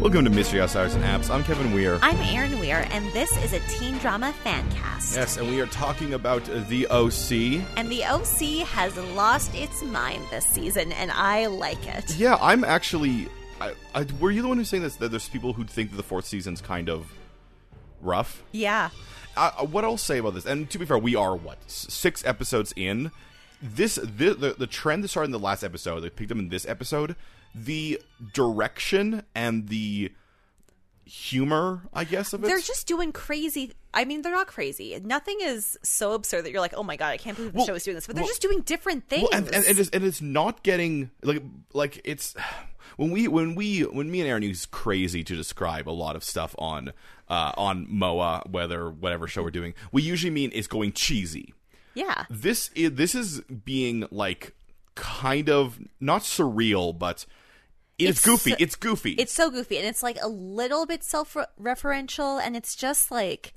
Welcome to Mystery Outsiders and Apps. I'm Kevin Weir. I'm Erin Weir, and this is a teen drama fan cast. Yes, and we are talking about the OC. And the OC has lost its mind this season, and I like it. Yeah, I'm actually. I, I, were you the one who's saying this? That there's people who think that the fourth season's kind of rough. Yeah. I, what I'll say about this, and to be fair, we are what s- six episodes in. This the, the the trend that started in the last episode, they picked up in this episode. The direction and the humor, I guess, of it. They're just doing crazy. I mean, they're not crazy. Nothing is so absurd that you're like, oh my God, I can't believe the Well, show is doing this. But they're well- just doing different things. Well, and, and, and, it's, and it's not getting like like it's when we when we when me and Aaron use crazy to describe a lot of stuff on uh, on Moa, whether whatever show we're doing, we usually mean it's going cheesy. yeah. This is this is being like kind of not surreal, but it's, It's goofy. so- it's goofy. It's so goofy, and it's like a little bit self-referential, and it's just like,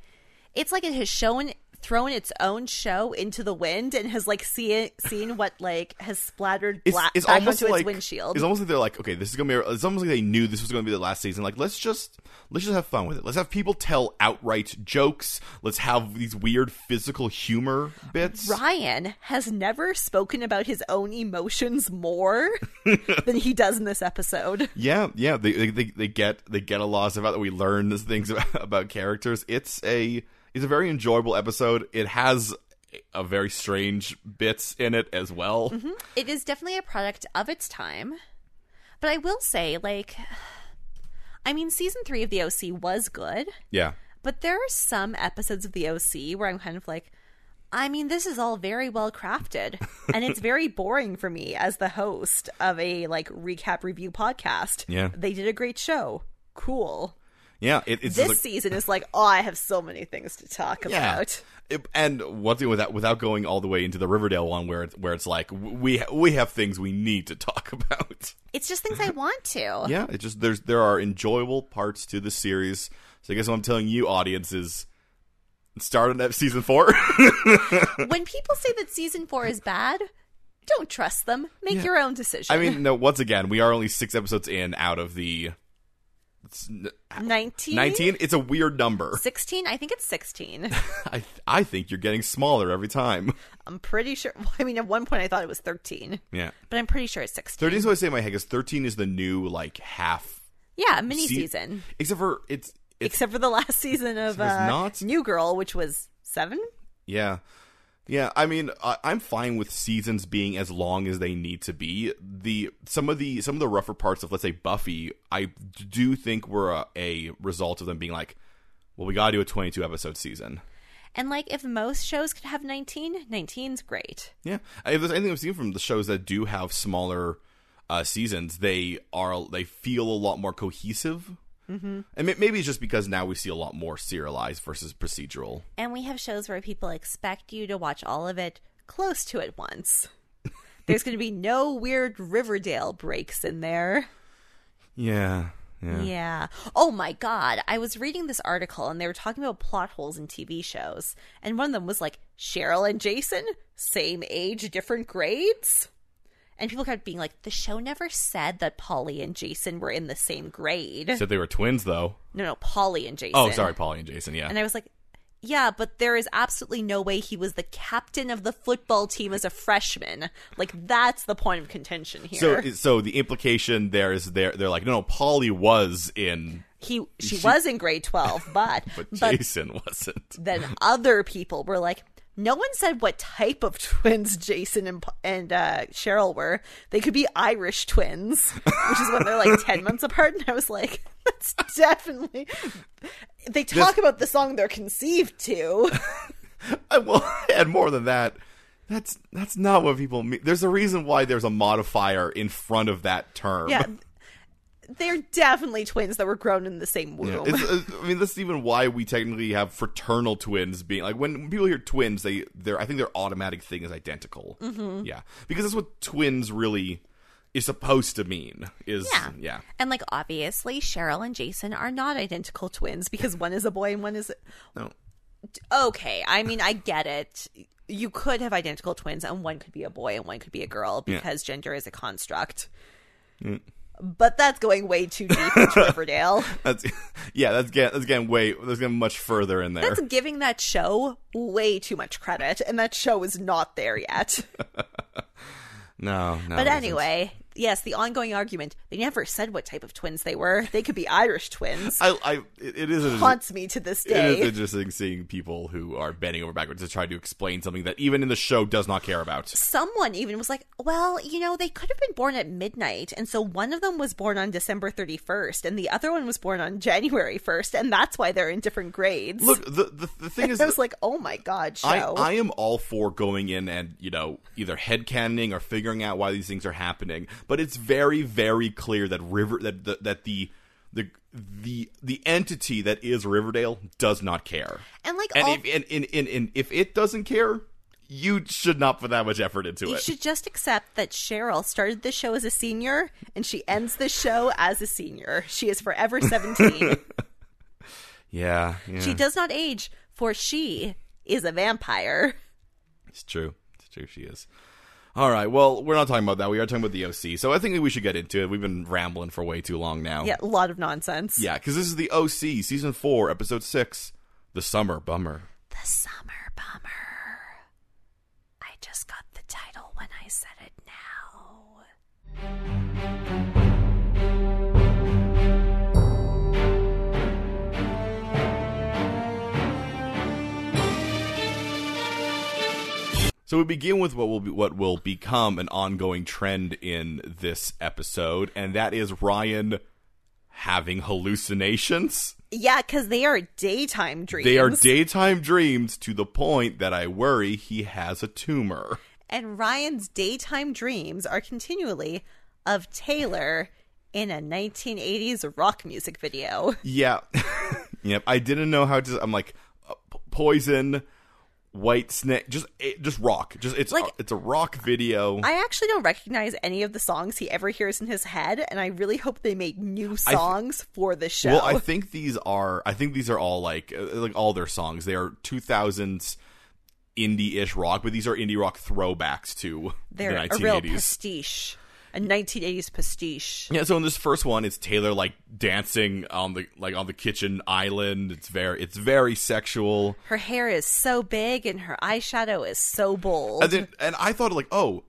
it's like it has shown thrown its own show into the wind and has like seen seen what like has splattered it's, bla- it's back almost onto like its windshield. It's almost like they're like, okay, this is gonna be. It's almost like they knew this was gonna be the last season. Like, let's just let's just have fun with it. Let's have people tell outright jokes. Let's have these weird physical humor bits. Ryan has never spoken about his own emotions more than he does in this episode. Yeah, yeah. They, they they they get they get a lot of stuff out that we learn these things about, about characters. It's a it's a very enjoyable episode. It has a very strange bits in it as well. It is definitely a product of its time. But I will say, like, I mean, season three of The OC was good, Yeah. but there are some episodes of The OC where I'm kind of like, I mean, this is all very well crafted, and it's very boring for me as the host of a like recap review podcast. Yeah. They did a great show. Cool. Yeah, it, it's this like- season is like, oh, I have so many things to talk about. It- and one thing without without going all the way into the Riverdale one, where it, where it's like w- we we have things we need to talk about. It's just things I want to. Yeah, it just there's there are enjoyable parts to the series. So I guess what I'm telling you, audience, is start on that season four. When people say that season four is bad, don't trust them. Make your own decision. I mean, no. Once again, we are only six episodes in out of the it's n- 19? nineteen. It's a weird number. 16? I think it's 16. I I think you're getting smaller every time. I'm pretty sure. I mean, at one point I thought it was 13, Yeah, but I'm pretty sure it's 16. thirteen is what I say in my head. Because thirteen is the new like half. Yeah, a mini se- season. Except for it's it's Except for the last season of Except it's uh, not- New Girl, which was seven. Yeah. Yeah, I mean, I, I'm fine with seasons being as long as they need to be. The some of the some of the rougher parts of let's say Buffy, I do think were a, a result of them being like, well, we gotta do a 22 episode season. And like, if most shows could have 19, 19's great. Yeah, if there's anything I've seen from the shows that do have smaller uh, seasons, they are they feel a lot more cohesive. Mm-hmm. And may- maybe it's just because now we see a lot more serialized versus procedural. And we have shows where people expect you to watch all of it close to at once. There's going to be no weird Riverdale breaks in there. Yeah, yeah, Yeah. Oh my God. I was reading this article and they were talking about plot holes in TV shows. And one of them was like Cheryl and Jason, same age, different grades. And people kept being like, the show never said that Polly and Jason were in the same grade. Said they were twins though. no, no, Polly and Jason. Oh, sorry, Polly and Jason. Yeah, And I was like, yeah, but there is absolutely no way he was the captain of the football team as a freshman. Like, that's the point of contention here. So, so the implication there is they're they're like, no, no, Polly was in, he, she, was in grade 12, but, but, but Jason wasn't. then other people were like, no one said what type of twins Jason and, and uh, Cheryl were. They could be Irish twins, which is when they're like 10 months apart. And I was like, that's definitely. They talk about the song they're conceived to. I will add more than that. That's that's not what people mean. There's a reason why there's a modifier in front of that term. Yeah. They're definitely twins that were grown in the same Yeah, womb. it's, it's- I mean, that's even why we technically have fraternal twins being like when people hear twins, they they're I think their automatic thing is identical. Mm-hmm. Yeah, because that's what twins really is supposed to mean. Is Yeah. yeah. And like obviously Cheryl and Jason are not identical twins because one is a boy and one is No. okay. I mean, I get it. You could have Mm. identical twins and one could be a boy and one could be a girl because gender is a construct. but that's going way too deep into Riverdale. That's yeah. That's getting that's getting way that's getting much further in there. That's giving that show way too much credit, and that show is not there yet. no, no. But it isn't. anyway, yes, the ongoing argument they never said what type of twins they were. They could be Irish twins. I, I it- it is. interesting- Haunts me to this It is day. interesting seeing people who are bending over backwards to try to explain something that even in the show does not care about. Someone even was like, well, you know, they could have been born at midnight. And so one of them was born on December 31st, and the other one was born on January 1st, and that's why they're in different grades. Look, the the, the thing is, I was like, oh my God, show. I, I am all for going in and, you know, either headcanoning or figuring out why these things are happening. But it's very, very clear that River that the that the the the the entity that is Riverdale does not care. and like, all, And if and, and, and, and if it doesn't care, you should not put that much effort into You it. should just accept that Cheryl started the show as a senior and she ends the show as a senior. She is forever 17. Yeah, yeah. she does not age, for she is a vampire. It's true. It's true. She is. All right. Well, we're not talking about that. We are talking about the OC. So I think we should get into it. We've been rambling for way too long now. Yeah, a lot of nonsense. Oh. Yeah, because this is the OC, season four, episode six, the summer bummer. The summer bummer. I just got the title when I said it now. So we begin with what will be, what will become an ongoing trend in this episode, and that is Ryan having hallucinations. Yeah, because they are daytime dreams. They are daytime dreams to the point that I worry he has a tumor. and Ryan's daytime dreams are continually of Taylor in a 1980s rock music video. Yeah. yep. I didn't know how to. I'm like uh, p- poison, white snake, just it, just rock. Just it's Like- it's a rock video. I actually don't recognize any of the songs he ever hears in his head, and I really hope they make new th- songs for the show. Well, I think these are. I think these are all like uh, like all their songs. They are two thousands indie-ish rock, but these are indie rock throwbacks to They're the a nineteen real eighties. pastiche, a 1980s pastiche. Yeah, so in this first one, it's Taylor like dancing on the like on the kitchen island. It's very it's very sexual. Her hair is so big and her eyeshadow is so bold. And then and I thought like, oh,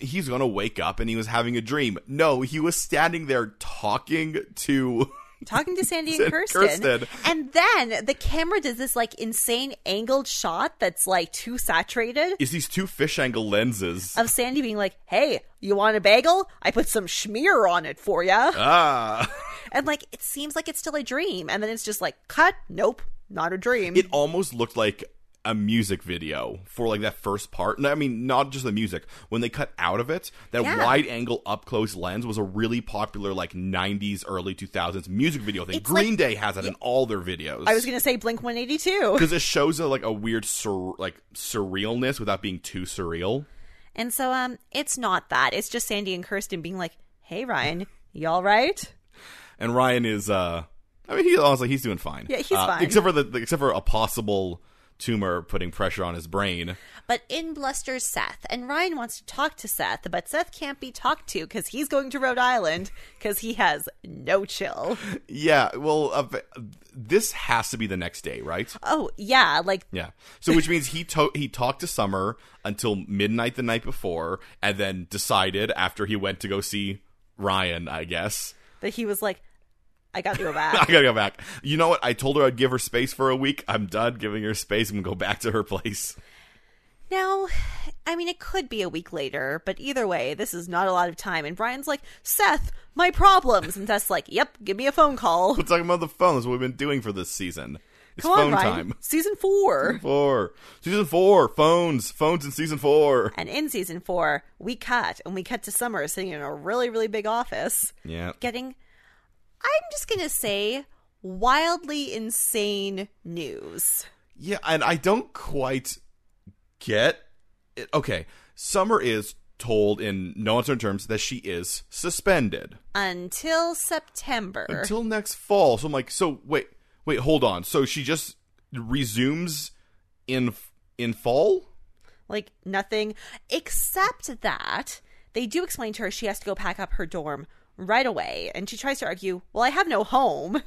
he's gonna wake up and he was having a dream. No, he was standing there talking to. talking to Sandy Said and Kirsten. Kirsten. And then the camera does this like insane angled shot that's like too saturated Is these two fish angle lenses? of Sandy being like, "Hey, you want a bagel? I put some schmear on it for ya." ah. And like it seems like it's still a dream and then it's just like, "Cut. Nope. Not a dream." it almost looked like a music video for like that first part. No, I mean, not just the music. When they cut out of it, that Yeah. wide angle up close lens was a really popular like 90s early 2000s music video thing. It's Green like- Day has it in all their videos. I was going to say Blink 182. because it shows a, like a weird sur- like surrealness without being too surreal. And so um it's not that. It's just Sandy and Kirsten being like, "Hey Ryan, you all right?" And Ryan is uh I mean he honestly he's doing fine. Yeah, he's Uh, fine. Except for the, the except for a possible tumor putting pressure on his brain. But in blusters Seth, and Ryan wants to talk to Seth, but Seth can't be talked to because he's going to Rhode Island because he has no chill. Yeah, well uh, this has to be the next day, right? Oh yeah, like Yeah. So which means he to- he talked to Summer until midnight the night before, and then decided after he went to go see Ryan, I guess. that he was like, I got to go I back. gotta go back. You know what? I told her I'd give her space for a week. I'm done giving her space. I'm gonna go back to her place. now, I mean, it could be a week later, but either way, this is not a lot of time. And Brian's like, Seth, my problems, and Seth's like, Yep, give me a phone call. We're talking about the phone. That's what we've been doing for this season. It's Come on, phone Ryan. time. Season four. Four. Season four. Phones. Phones in season four. And in season four, we cut, and we cut to Summer sitting in a really, really big office. Yeah. getting I'm just going to say wildly insane news. Yeah, and I don't quite get it. Okay, Summer is told in no uncertain terms that she is suspended Until September. until next fall. So I'm like, so wait, wait, hold on. So she just resumes in in fall. like nothing except that they do explain to her she has to go pack up her dorm right away. And she tries to argue, Well, I have no home.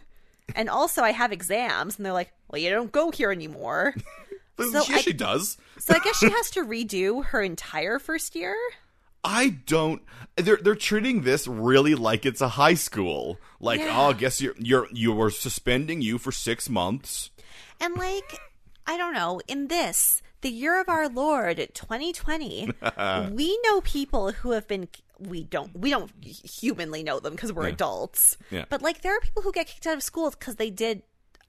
And also, I have exams. And they're like, Well, you don't go here anymore. So she, I- she does. So I guess she has to redo her entire first year. I don't. They're they're treating this really like it's a high school. Like, Yeah. oh, I guess you're you're you were suspending you for six months. And like, I don't know, in this, the year of our Lord 2020, we know people who have been we don't we don't humanly know them because we're adults. Yeah. But like there are people who get kicked out of school because they did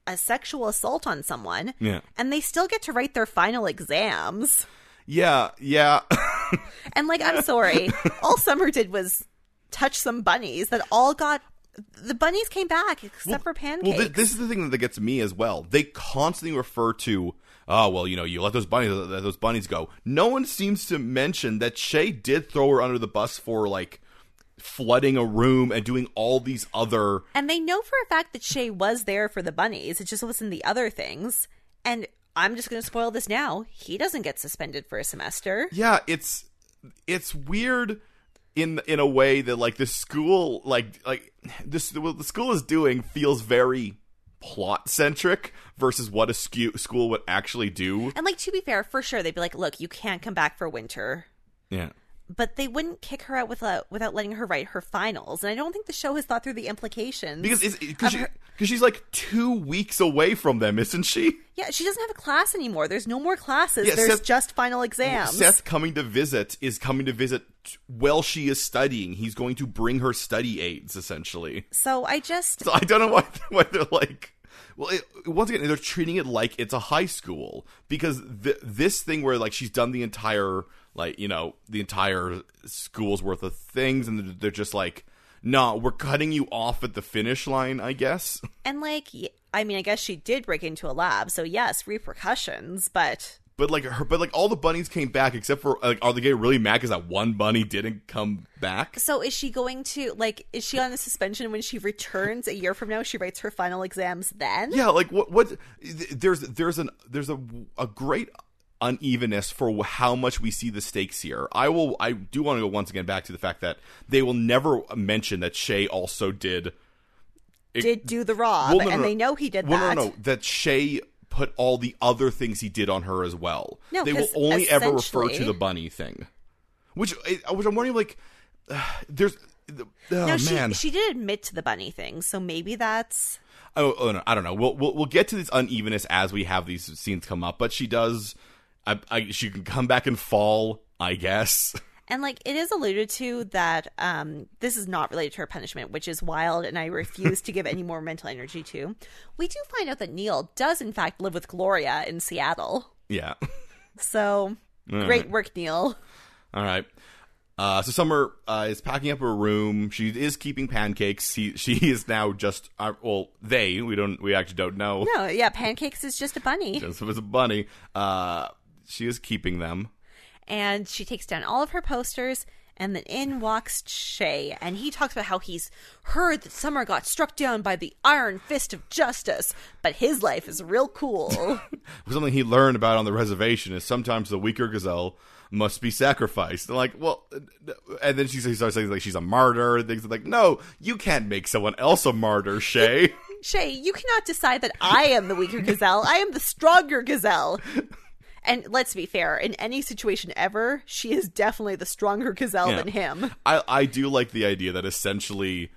a sexual assault on someone. Yeah. And they still get to write their final exams. Yeah, yeah. And like I'm sorry, all Summer did was touch some bunnies that all got the bunnies came back except for pancakes. Well, th- this is the thing that gets me as well. They constantly refer to, oh, well, you know, you let those bunnies let those bunnies go. No one seems to mention that Shay did throw her under the bus for like flooding a room and doing all these other. And they know for a fact that Shay was there for the bunnies. It just wasn't the other things. And I'm just going to spoil this now. He doesn't get suspended for a semester. Yeah, it's it's weird in in a way that like the school like like this what the school is doing feels very plot centric versus what a scu- school would actually do. And, like, to be fair, for sure, they'd be like, look, you can't come back for winter. Yeah. But they wouldn't kick her out without, without letting her write her finals. And I don't think the show has thought through the implications. Because it's, cause, she, cause she's like two weeks away from them, isn't she? yeah, she doesn't have a class anymore. There's no more classes. Yeah, There's Seth- just final exams. Seth coming to visit is coming to visit t- while she is studying. He's going to bring her study aids, essentially. so I just. So I don't know why, why they're like. Well, it, once again, they're treating it like it's a high school because th- this thing where like she's done the entire like you know the entire school's worth of things, and they're just like, "Nah, we're cutting you off at the finish line," I guess. And, like, y- I mean, I guess she did break into a lab. So, yes, repercussions. But But like her, but like all the bunnies came back except for like are they getting really mad because that one bunny didn't come back? So is she going to like is she on a suspension when she returns a year from now she writes her final exams then? Yeah, like what what there's there's an there's a a great unevenness for how much we see the stakes here. I will I do want to go once again back to the fact that they will never mention that Shay also did Did do the rob Well, no, no, and no. they know he did well, that. no, no, that Shay put all the other things he did on her as well. No, they will 'cause only ever refer to essentially- the bunny thing, which I- which I'm wondering like there's. the- Oh, No, she man. she did admit to the bunny thing, so maybe that's Oh, oh no, I don't know. We'll, we'll we'll get to this unevenness as we have these scenes come up, but she does. I, I she can come back and fall, I guess. and like it is alluded to that um this is not related to her punishment, which is wild and I refuse to give any more mental energy to. We do find out that Neil does in fact live with Gloria in Seattle. yeah. So great work, Neil. All right. Uh, so Summer uh, is packing up her room. She is keeping pancakes. He, she is now just uh, well, they. We don't. We actually don't know. No, yeah, pancakes is just a bunny. Just if it's a bunny. Uh, she is keeping them. and she takes down all of her posters and then in walks Shay and he talks about how he's heard that Summer got struck down by the iron fist of justice, but his life is real cool. Something he learned about on the reservation is sometimes the weaker gazelle must be sacrificed. And like, well, and then she she starts saying like she's a martyr and things like, no, you can't make someone else a martyr, Shay. Shay, you cannot decide that I am the weaker gazelle. I am the stronger gazelle. And let's be fair, in any situation ever, she is definitely the stronger gazelle Yeah. than him. I I do like the idea that essentially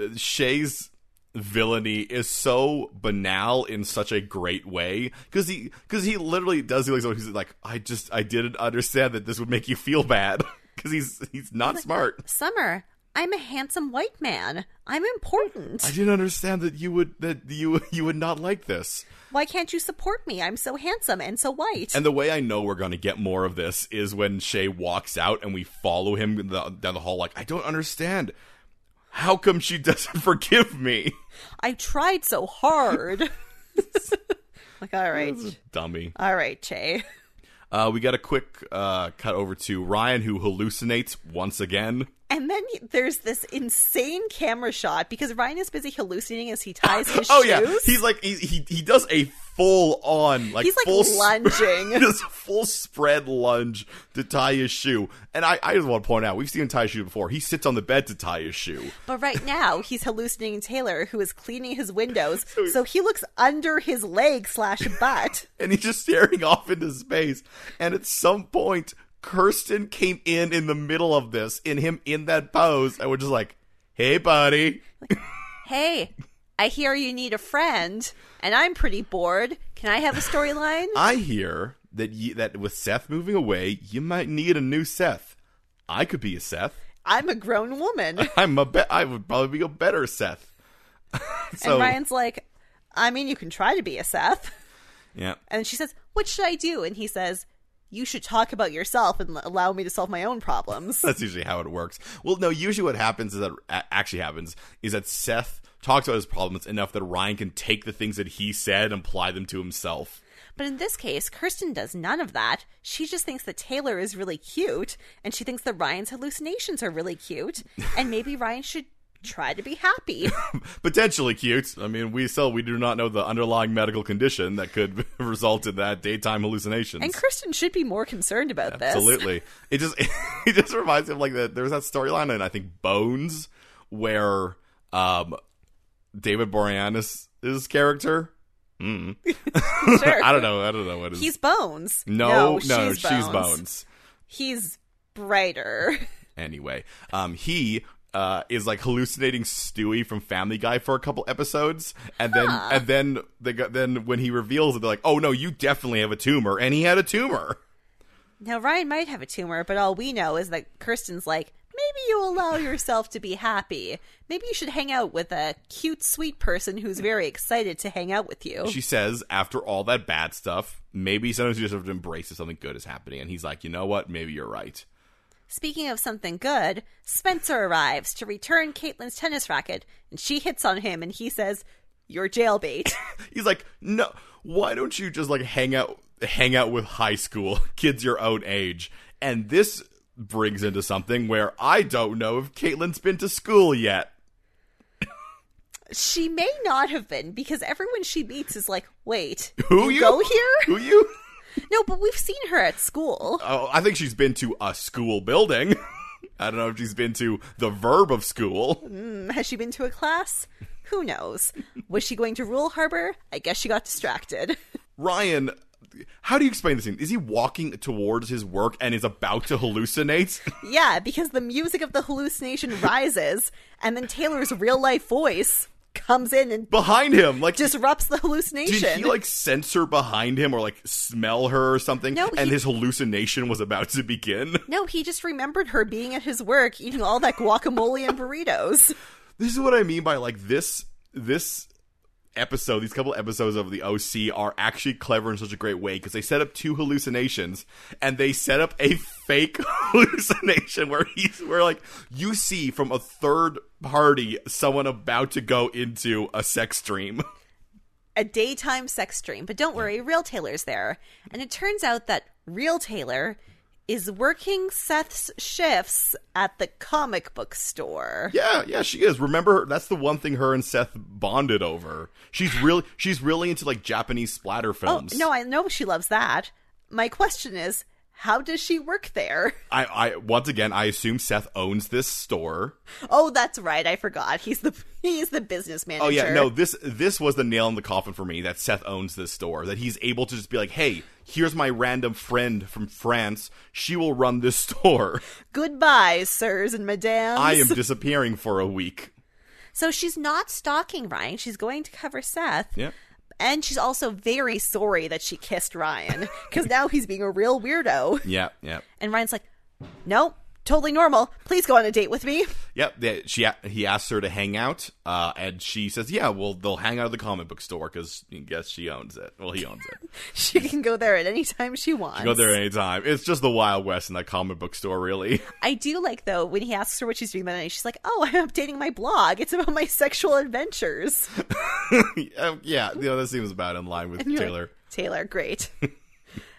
uh, Shay's villainy is so banal in such a great way because he because he literally does he like he's like I just I didn't understand that this would make you feel bad because he's he's not smart. Summer, I'm a handsome white man. I'm important. I didn't understand that you would that you you would not like this. Why can't you support me? I'm so handsome and so white. And the way I know we're going to get more of this is when Shay walks out and we follow him in the, down the hall. Like I don't understand. How come she doesn't forgive me? I tried so hard. like, all right. Dummy. All right, Che. Uh, we got a quick uh, cut over to Ryan, who hallucinates once again. And then y- there's this insane camera shot because Ryan is busy hallucinating as he ties his Oh shoes. yeah, he's like he, he he does a full on like He's, like, full sp- lunging. does a full spread lunge to tie his shoe. And I I just want to point out we've seen him tie his shoe before. He sits on the bed to tie his shoe. But right now, he's hallucinating Taylor, who is cleaning his windows. So he looks under his leg slash butt. and he's just staring off into space. And at some point, Kirsten came in in the middle of this, in him in that pose, and we're just like, "Hey, buddy, hey, I hear you need a friend, and I'm pretty bored. Can I have a storyline? I hear that you, that with Seth moving away, you might need a new Seth. I could be a Seth. I'm a grown woman. I'm a be- I would probably be a better Seth." so and Ryan's like, I mean, you can try to be a Seth. yeah, And she says, What should I do? And he says, You should talk about yourself and l- allow me to solve my own problems. That's usually how it works. Well, no, usually what happens is that a- actually happens is that Seth talks about his problems enough that Ryan can take the things that he said and apply them to himself. But in this case, Kirsten does none of that. She just thinks that Taylor is really cute, and she thinks that Ryan's hallucinations are really cute, and maybe Ryan should try to be happy. potentially cute. I mean, we still we do not know the underlying medical condition that could result in that daytime hallucinations. And Kirsten should be more concerned about this. Absolutely, it just it just reminds me of like the, there was that storyline in I think Bones where um David Boreanaz his character. Mm. Sure. I don't know. I don't know what is. He's Bones. no, no, she's Bones. He's brighter. Anyway, um, he uh, is like hallucinating Stewie from Family Guy for a couple episodes, and then and then they got, then when he reveals it, they're like, "Oh no, you definitely have a tumor," and he had a tumor. Now, Ryan might have a tumor, but all we know is that Kirsten's like, maybe you allow yourself to be happy. Maybe you should hang out with a cute, sweet person who's very excited to hang out with you. She says, after all that bad stuff, maybe sometimes you just have to embrace if something good is happening. And he's like, "You know what? Maybe you're right." Speaking of something good, Spencer arrives to return Caitlin's tennis racket, and she hits on him, and he says, You're jailbait. He's like, "No, why don't you just like hang out hang out with high school kids your own age?" And this brings into something where I don't know if Caitlin's been to school yet. she may not have been, because everyone she meets is like, Wait, Who you? go here? Who you? No, but we've seen her at school. Oh, I think she's been to a school building. I don't know if she's been to the verb of school. Has she been to a class? Who knows? Was she going to Rule Harbor? I guess she got distracted. Ryan, how do you explain this thing? Is he walking towards his work and is about to hallucinate? yeah, because the music of the hallucination rises, and then Taylor's real life voice comes in and behind him, like disrupts the hallucination. did he like sense her behind him or like smell her or something? No, and he- his hallucination was about to begin. no, he just remembered her being at his work eating all that guacamole and burritos. This is what I mean by like this this episode, these couple episodes of the OC are actually clever in such a great way because they set up two hallucinations and they set up a fake hallucination where he's where like you see from a third party someone about to go into a sex dream. A daytime sex dream, but don't worry, real Taylor's there. And it turns out that real Taylor is working Seth's shifts at the comic book store. Yeah, yeah, she is. Remember, her- that's the one thing her and Seth bonded over. She's really, she's really into like Japanese splatter films. Oh, No, I know she loves that. My question is, how does she work there? I, I once again, I assume Seth owns this store. Oh, that's right. I forgot. He's the he's the business manager. Oh yeah, no, this this was the nail in the coffin for me that Seth owns this store. That he's able to just be like, hey, here's my random friend from France. She will run this store. Goodbye, sirs and madams. I am disappearing for a week. So she's not stalking Ryan. She's going to cover Seth. Yeah. And she's also very sorry that she kissed Ryan because now he's being a real weirdo. Yeah, yeah. And Ryan's like, "No, totally normal. Please go on a date with me." Yep, they, she a- he asks her to hang out, uh, and she says, "Yeah, well, they'll hang out at the comic book store because I guess she owns it. Well, he owns it. She can go there at any time she wants. Go there anytime. It's just the Wild West in that comic book store, really. I do like though when he asks her what she's doing that night, she's like, "Oh, I'm updating my blog. It's about my sexual adventures." Oh, Um, yeah, you know, that seems about in line with And you're Taylor. like, Taylor, great.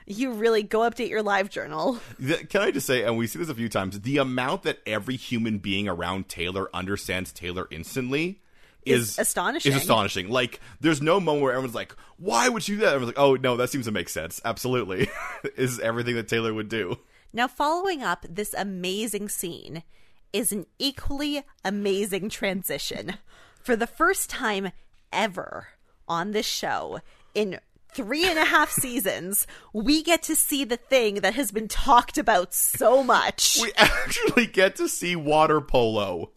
You really go update your live journal. The- Can I just say, and we see this a few times, the amount that every human being around Taylor understands Taylor instantly Is is, astonishing. Is astonishing. Like, there's no moment where everyone's like, "Why would you do that?" Everyone's like, "Oh no, that seems to make sense." Absolutely, is everything that Taylor would do. Now, following up this amazing scene is an equally amazing transition. For the first time ever on this show, in three and a half seasons, we get to see the thing that has been talked about so much. We actually get to see water polo.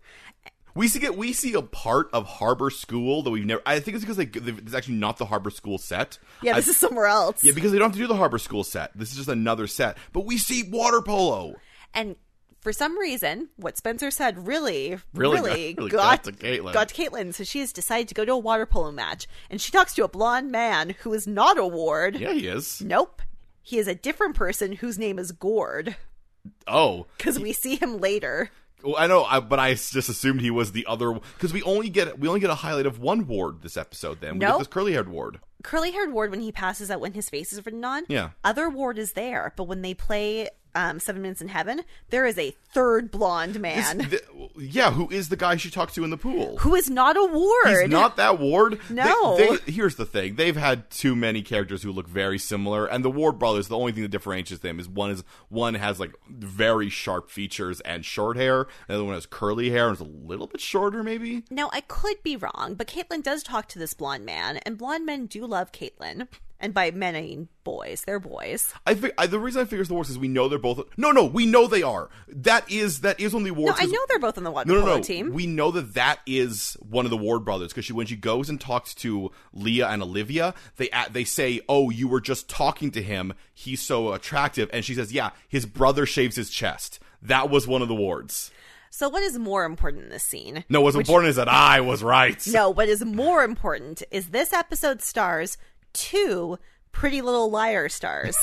We see get we see a part of Harbor School that we've never. I think it's because like it's actually not the Harbor School set. yeah, this I- is somewhere else. yeah, because they don't have to do the Harbor School set. This is just another set. But we see water polo. and for some reason, what Spencer said really, Really really, got- really got, got to Caitlyn. got to Caitlyn. So she has decided to go to a water polo match, and she talks to a blonde man who is not a ward. Yeah, he is. Nope. He is a different person whose name is Gord Oh, because we see him later. well, I know, I, but I s- just assumed he was the other because we only get we only get a highlight of one ward this episode. Then we get Nope. this curly haired ward. Curly haired Ward, when he passes out, when his face is written on, Yeah. other Ward is there. But when they play um, Seven Minutes in Heaven, there is a third blonde man Th- yeah, who is the guy she talks to in the pool? who is not a Ward. He's not that ward. They- No. They, here's the thing: they've had too many characters who look very similar, and the Ward brothers. The only thing that differentiates them is one is one has like very sharp features and short hair, and the other one has curly hair and is a little bit shorter, maybe. Now, I could be wrong, but Caitlyn does talk to this blonde man, and blonde men do love Caitlyn. And by men, I mean boys. They're boys. I think I, the reason I figure it's the worst is we know they're both. No, no, we know they are. That is that is only No, Ward's. I know they're both on the water No, no, polo no. team. We know that that is one of the Ward brothers because she, when she goes and talks to Leah and Olivia, they a- they say, "Oh, you were just talking to him. He's so attractive." And she says, "Yeah, his brother shaves his chest." That was one of the Wards. so, what is more important in this scene? No, what's important is that I was right. No, what is more important is this episode stars two Pretty Little Liar stars.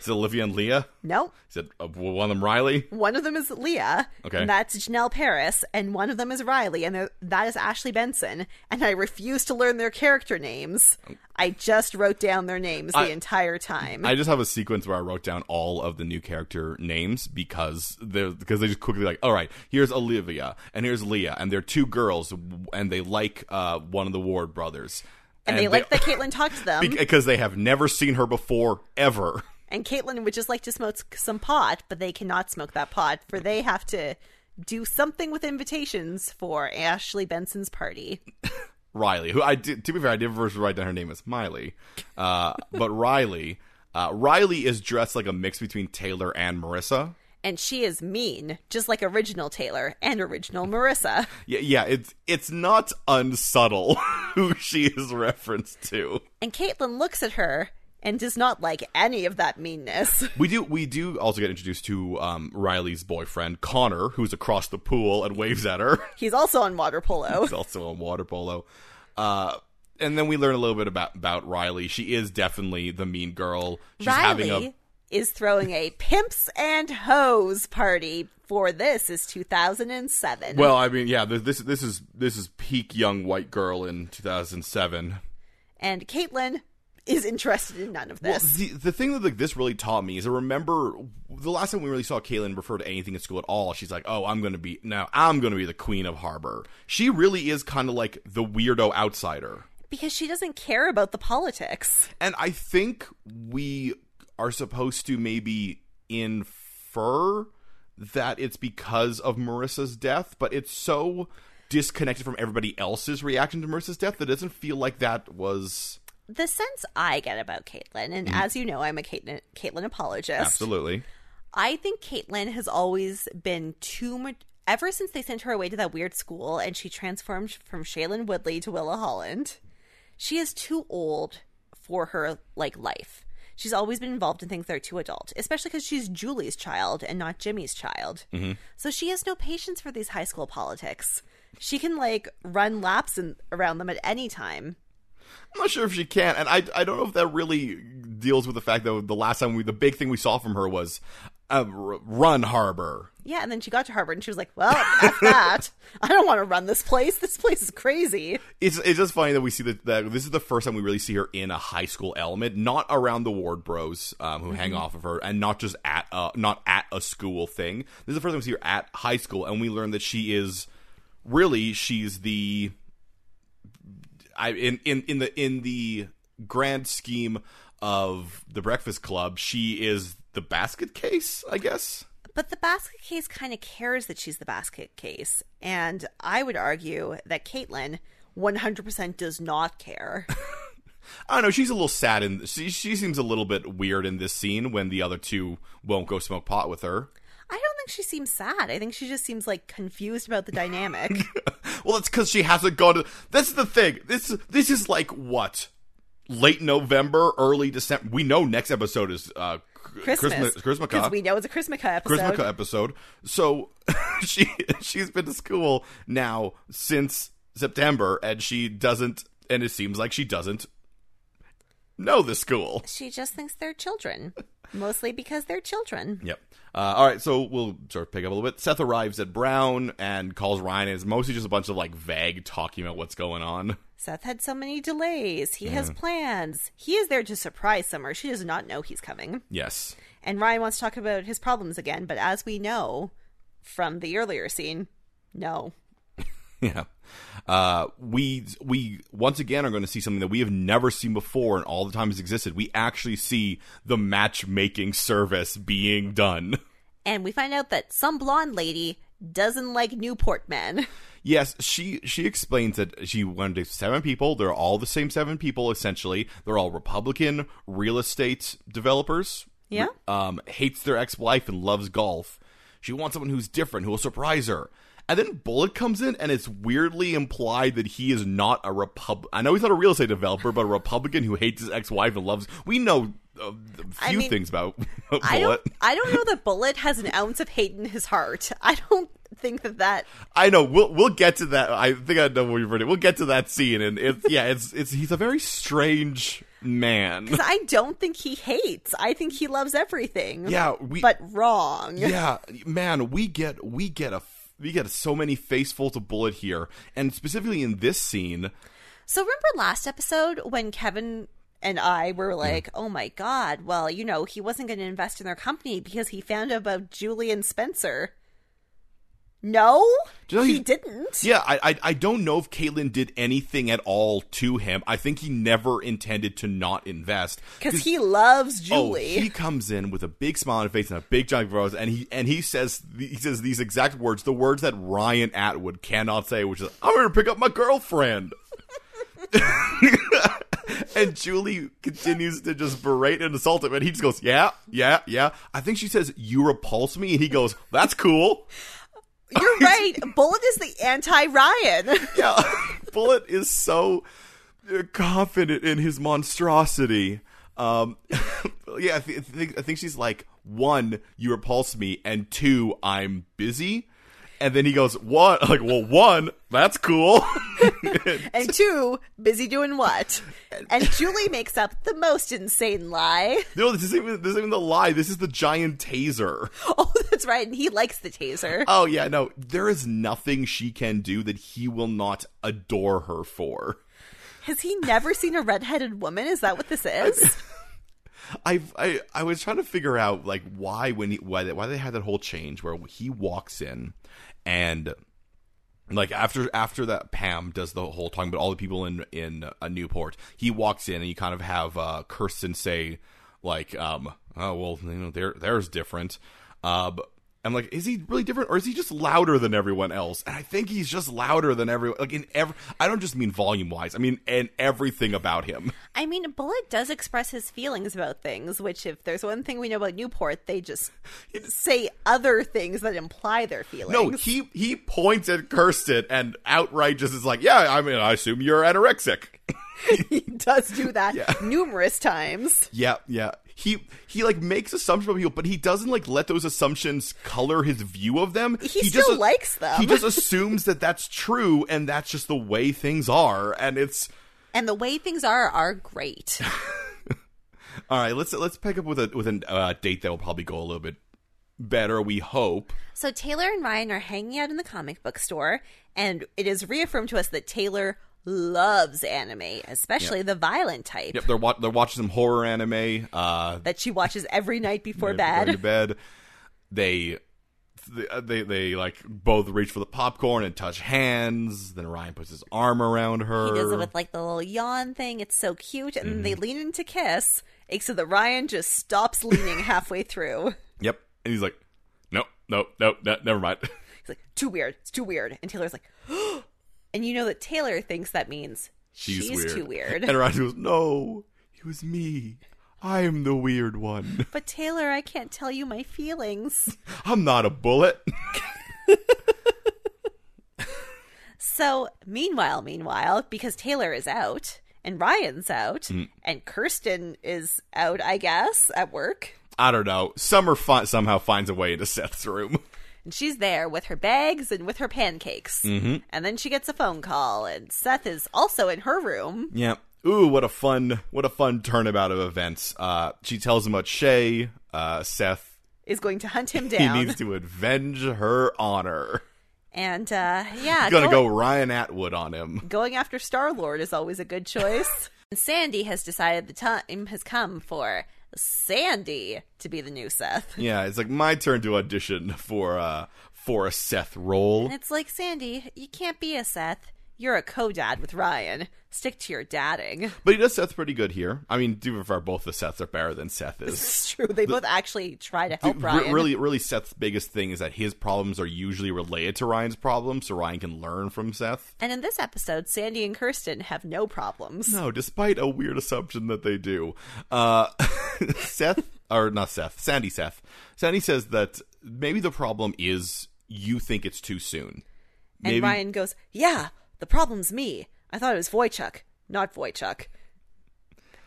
Is it Olivia and Leah? nope. Is it uh, one of them Riley? One of them is Leah. Okay. And that's Janelle Paris. And one of them is Riley. And they're- that is Ashley Benson. And I refuse to learn their character names. I just wrote down their names Oh. I- the entire time. I just have a sequence where I wrote down all of the new character names because they because they just quickly like, all right, here's Olivia and here's Leah, and they're two girls, and they like uh, one of the Ward brothers, and, they, like that Caitlyn talked to them. because they have never seen her before ever. and Caitlyn would just like to smoke some pot, but they cannot smoke that pot, for they have to do something with invitations for Ashley Benson's party. Riley, who I did, to be fair, I did first write down her name as Miley, uh, but Riley, uh, Riley is dressed like a mix between Taylor and Marissa. and she is mean, just like original Taylor and original Marissa. Yeah, yeah, it's it's not unsubtle who she is referenced to. And Caitlin looks at her and does not like any of that meanness. We do we do also get introduced to um, Riley's boyfriend Connor, who's across the pool and waves at her. He's also on water polo. He's also on water polo. Uh, and then we learn a little bit about about Riley. She is definitely the mean girl. She's having Riley a is throwing a pimps and hoes party for this is 2007. well, I mean, yeah, this this this is this is peak young white girl in 2007. and Caitlin is interested in none of this. The, the thing that like this really taught me is I remember the last time we really saw Kaylin refer to anything at school at all. She's like, "Oh, I'm going to be now. I'm going to be the queen of Harbor." She really is kind of like the weirdo outsider. because she doesn't care about the politics. And I think we are supposed to maybe infer that it's because of Marissa's death, but it's so disconnected from everybody else's reaction to Marissa's death that it doesn't feel like that was The sense I get about Caitlin, and as you know, I'm a Caitlin, Caitlin apologist. absolutely. I think Caitlyn has always been too much. Ever since they sent her away to that weird school and she transformed from Shaylin Woodley to Willa Holland, she is too old for her like life. She's always been involved in things that are too adult, especially because she's Julie's child and not Jimmy's child. So she has no patience for these high school politics. She can like run laps in, around them at any time. I'm not sure if she can, and I I don't know if that really deals with the fact that the last time we the big thing we saw from her was um, r- run harbor. Yeah, and then she got to Harvard and she was like, well, F that. I don't want to run this place. This place is crazy. It's it's just funny that we see that, that this is the first time we really see her in a high school element, not around the Ward Bros um, who hang off of her, and not just at a, not at a school thing. This is the first time we see her at high school, and we learn that she is really she's the I in in in the in the grand scheme of the Breakfast Club, she is the basket case, I guess. But the basket case kind of cares that she's the basket case. And I would argue that Caitlin 100% does not care. I don't know. She's a little sad, and she, she seems a little bit weird in this scene when the other two won't go smoke pot with her. I don't think she seems sad. I think she just seems like confused about the dynamic. Well, that's because she hasn't gone. To, this is the thing. This this is like what late November, early December. We know next episode is uh, Christmas. Christmas, Because we know it's a Chrismica episode. Chrismica episode. So she she's been to school now since September, and she doesn't. And it seems like she doesn't know the school. She just thinks they're children, mostly because they're children. Yep. Uh, all right, so we'll sort of pick up a little bit. Seth arrives at Brown and calls Ryan. And it's mostly just a bunch of like vague talking about what's going on. Seth had so many delays. He has plans. He is there to surprise Summer. She does not know he's coming. Yes. And Ryan wants to talk about his problems again, but as we know from the earlier scene, no. Yeah. Uh, we we once again are going to see something that we have never seen before in all the time it's existed. We actually see the matchmaking service being done. And we find out that some blonde lady doesn't like Newport men. Yes, she she explains that she wanted to seven people. They're all the same seven people essentially. They're all Republican real estate developers. Yeah. Um, hates their ex wife and loves golf. She wants someone who's different, who will surprise her. And then Bullet comes in, and it's weirdly implied that he is not a Repub. I know he's not a real estate developer, but a Republican who hates his ex wife and loves. We know uh, a I few mean, things about Bullet. I don't I don't know that Bullet has an ounce of hate in his heart. I don't think that that I know. We'll we'll get to that. I think I know where you're ready. We'll get to that scene, and it's yeah, it's it's he's a very strange man. I don't think he hates. I think he loves everything. Yeah, we But wrong. yeah, man, we get we get a we get so many facefuls of bullet here, and specifically in this scene, So remember last episode when Kevin and I were Mm-hmm. like, "Oh my god, well, you know, he wasn't going to invest in their company because he found out about Julian Spencer." No, Did I- he didn't. yeah, I, I I don't know if Caitlin did anything at all to him. I think he never intended to not invest Because he loves Oh, Julie. he comes in with a big smile on his face and a big giant rose, and he and he says he says these exact words, the words that Ryan Atwood cannot say, which is "I'm going to pick up my girlfriend." and Julie continues to just berate and assault him, and he just goes, "Yeah, yeah, yeah." I think she says, "You repulse me," and he goes, "That's cool." You're right. Bullet is the anti-Ryan. Yeah, Bullet is so uh, confident in his monstrosity. Um, yeah, I, th- I think, I think she's like one, you repulse me, and two, I'm busy. And then he goes, "What? Like, well, one, that's cool." and two, busy doing what? And Julie makes up the most insane lie. no, this isn't even this isn't even the lie. This is the giant taser. Oh, that's right. And he likes the taser. Oh yeah, no, there is nothing she can do that he will not adore her for. Has he never seen a redheaded woman? Is that what this is? I've, I I was trying to figure out like why when he, why they, why they had that whole change where he walks in and like after after that Pam does the whole talking about all the people in in uh, Newport he walks in and you kind of have uh, Kirsten say like um oh well you know there there's different um I'm like is he really different or is he just louder than everyone else and I think he's just louder than everyone like in every I don't just mean volume wise I mean in everything about him I mean, Bullet does express his feelings about things, which, if there's one thing we know about Newport, they just say other things that imply their feelings. No, he he points at Kirsten and outright just is like, "Yeah, I mean, I assume you're anorexic." he does do that numerous times. yeah, yeah. He he like makes assumptions about people, but he doesn't like let those assumptions color his view of them. He, still just, likes them. He just assumes that that's true and that's just the way things are, and it's and the way things are are great. all right. Let's let's pick up with a with a uh, date that will probably go a little bit better, we hope. So Taylor and Ryan are hanging out in the comic book store, and it is reaffirmed to us that Taylor loves anime, especially the violent type Yep, they're wa- they're watching some horror anime. Uh, that she watches every night before they're Going to bed. bed. They, they they they like both reach for the popcorn and touch hands. Then Ryan puts his arm around her. He does it with like the little yawn thing. It's so cute, and then they lean in to kiss, except that Ryan just stops leaning halfway through. yep, and he's like, nope, nope, nope, no, never mind. He's like, "Too weird. It's too weird." And Taylor's like, and you know that Taylor thinks that means she's, too weird. And Ryan goes, no, it was me. I am the weird one. But Taylor, I can't tell you my feelings. I'm not a bullet. So, meanwhile, meanwhile, because Taylor is out and Ryan's out Mm. and Kirsten is out, I guess, at work, I don't know. Summer fi- somehow finds a way into Seth's room. and she's there with her bags and with her pancakes. Mm-hmm. And then she gets a phone call, and Seth is also in her room. Yeah. Ooh, what a fun, what a fun turnabout of events. Uh, she tells him about Shay. Uh, Seth, Is going to hunt him he down, needs to avenge her honor. and uh, yeah, Gonna going- go Ryan Atwood on him. going after Star Lord is always a good choice. and Sandy has decided the time has come for Sandy to be the new Seth. Yeah, it's like my turn to audition for uh for a Seth role. And it's like, Sandy, you can't be a Seth. You're a co dad with Ryan. Stick to your dadding. But he does Seth pretty good here. I mean, to be fair, both the Seths are better than Seth is. It's true. They both actually try to help Dude, re- Ryan. really, really, Seth's biggest thing is that his problems are usually related to Ryan's problems, so Ryan can learn from Seth. And in this episode, Sandy and Kirsten have no problems. No, despite a weird assumption that they do. Uh, Seth, or not Seth, Sandy Seth. Sandy says that maybe the problem is you think it's too soon. and Maybe, Ryan goes, Yeah, the problem's me. I thought it was Voychuk, not Voychuk.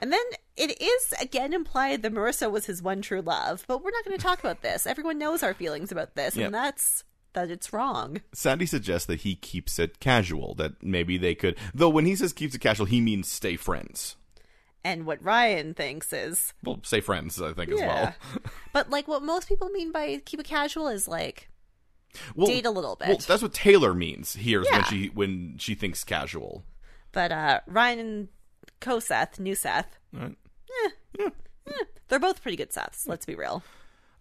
And then it is again implied that Marissa was his one true love, but we're not going to talk about this. Everyone knows our feelings about this, Yeah. and that's that it's wrong. Sandy suggests that he keeps it casual, that maybe they could. Though when he says keeps it casual, he means stay friends. And what Ryan thinks is Well, stay friends, I think, as well. but like what most people mean by keep it casual is like well. Date a little bit. Well, that's what Taylor means here is when Yeah. she when she thinks casual. but uh Ryan and co Seth, new Seth. Right. Eh. Eh. They're both pretty good Seths, let's be real.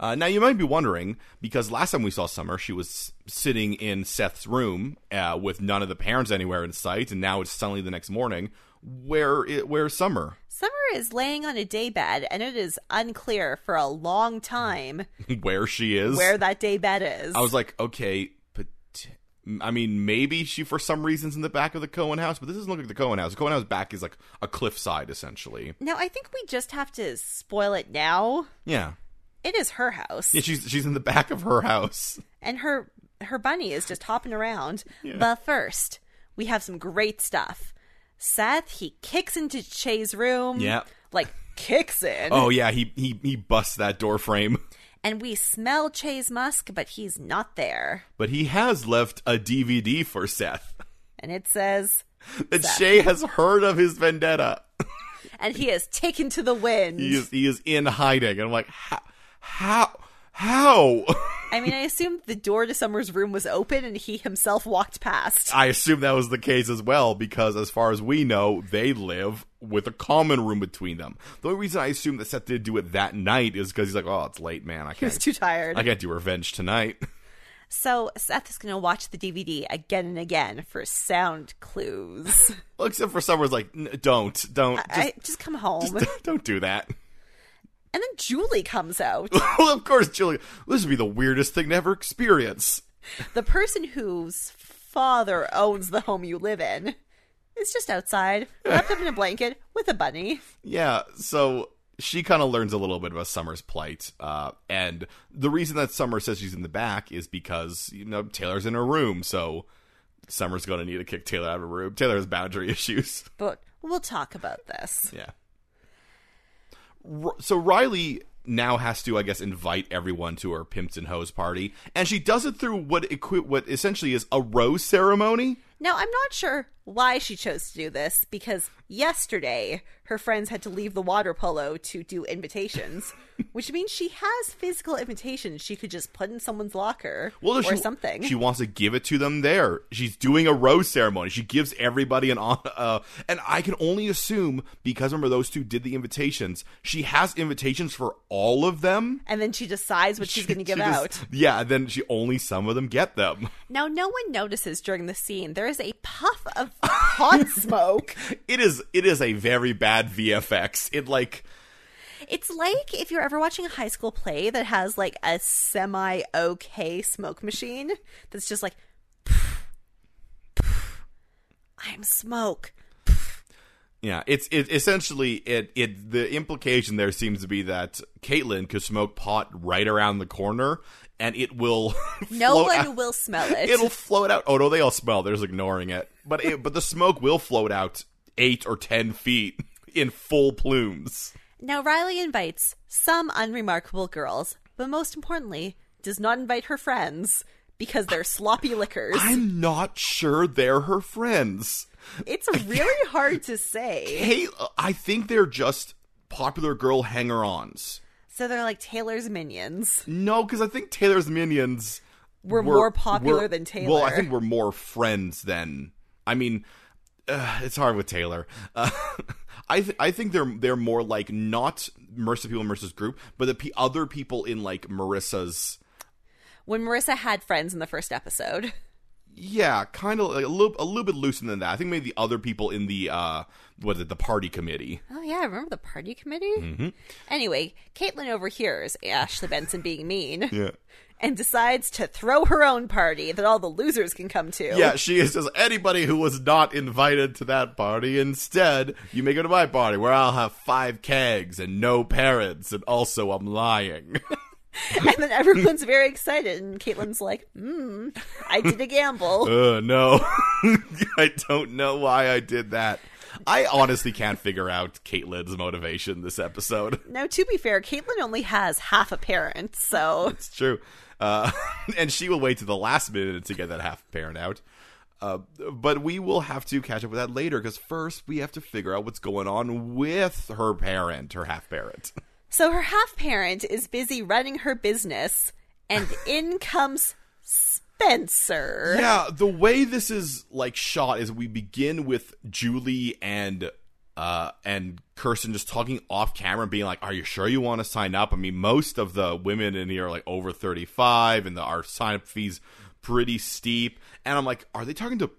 Uh, now you might be wondering because last time we saw Summer, she was s- sitting in Seth's room uh, with none of the parents anywhere in sight, and now it's suddenly the next morning. Where i where's Summer? Summer is laying on a day bed and it is unclear for a long time where she is? where that day bed is. I was like, okay, but I mean, maybe she for some reason's in the back of the Cohen house, but this doesn't look like the Cohen house. The Cohen house back is like a cliffside, essentially. now I think we just have to spoil it now. Yeah, It is her house. yeah, she's she's in the back of her house. and her her bunny is just hopping around. But first, we have some great stuff. Seth he kicks into Shay's room. Yeah. like kicks in, Oh yeah, he he he busts that door frame. and we smell Shay's musk, but he's not there. But he has left a DVD for Seth. And it says, that Shay has heard of his vendetta. and he is taken to the wind. He is he is in hiding, and I'm like, how, how, how? I mean, I assumed the door to Summer's room was open, and he himself walked past. I assume that was the case as well, because as far as we know, they live with a common room between them. The only reason I assume that Seth did do it that night is because he's like, oh, it's late, man. I He was can't, too tired. I can't do revenge tonight. so Seth is going to watch the DVD again and again for sound clues. Well, Except for someone's like, "N- don't, don't, I just come home. just, don't do that. And then Julie comes out. well, of course, Julie, this would be the weirdest thing to ever experience. the person whose father owns the home you live in is just outside, wrapped up in a blanket with a bunny. Yeah, so she kind of learns a little bit about Summer's plight, uh, and the reason that Summer says she's in the back is because you know Taylor's in her room, so Summer's going to need to kick Taylor out of her room. Taylor has boundary issues. But we'll talk about this. Yeah. R- so Riley now has to, I guess, invite everyone to her pimps and hoes party, and she does it through what equi- what essentially is a rose ceremony. Now, I'm not sure why she chose to do this because yesterday her friends had to leave the water polo to do invitations, which means she has physical invitations she could just put in someone's locker Well, no, or she, something. She wants to give it to them there. She's doing a rose ceremony. She gives everybody an on. Uh, and I can only assume because remember those two did the invitations. She has invitations for all of them. and then she decides what she's going to She give out. just- Yeah, and then she only some of them get them. Now, no one notices during the scene there is a puff of pot smoke. It is it is a very bad VFX. It like It's like if you're ever watching a high school play that has like a semi okay smoke machine that's just like, I'm smoke. yeah, it's it essentially it it the implication there seems to be that Caitlyn could smoke pot right around the corner and it will No float one out- will smell it. It'll float out. Oh no, they all smell. They're just ignoring it. But it, but the smoke will float out eight or ten feet in full plumes. Now, Riley invites some unremarkable girls, but most importantly, does not invite her friends because they're sloppy liquors. I'm not sure they're her friends. It's really hard to say. Hey, I think they're just popular girl hanger-ons. So they're like Taylor's minions. No, because I think Taylor's minions Were more popular than Taylor. Well, I think we're more friends than. I mean, uh, it's hard with Taylor. Uh, I th- I think they're they're more like not Marissa people in Marissa's group, but the p- other people in like Marissa's. When Marissa had friends in the first episode. Yeah, kind of like a little a little bit looser than that. I think maybe the other people in the uh what is it the party committee. Oh yeah, I remember the party committee. Mm-hmm. Anyway, Caitlin overhears Ashley Benson being mean Yeah. and decides to throw her own party that all the losers can come to. Yeah, she is just anybody who was not invited to that party. Instead, you may go to my party where I'll have five kegs and no parents, and also I'm lying. and then everyone's very excited, and Caitlin's like, "Hmm, I did a gamble." uh, no, I don't know why I did that. I honestly can't figure out Caitlin's motivation this episode. now, to be fair, Caitlin only has half a parent, so It's true. Uh, and she will wait to the last minute to get that half parent out. Uh, but we will have to catch up with that later because first we have to figure out what's going on with her parent, her half parent. so her half parent is busy running her business, and in comes Spencer. Yeah, the way this is like shot is we begin with Julie and uh and Kirsten just talking off camera and being like, "Are you sure you want to sign up?" I mean, most of the women in here are like over 35 and the our sign up fees pretty steep. And I'm like, "Are they talking to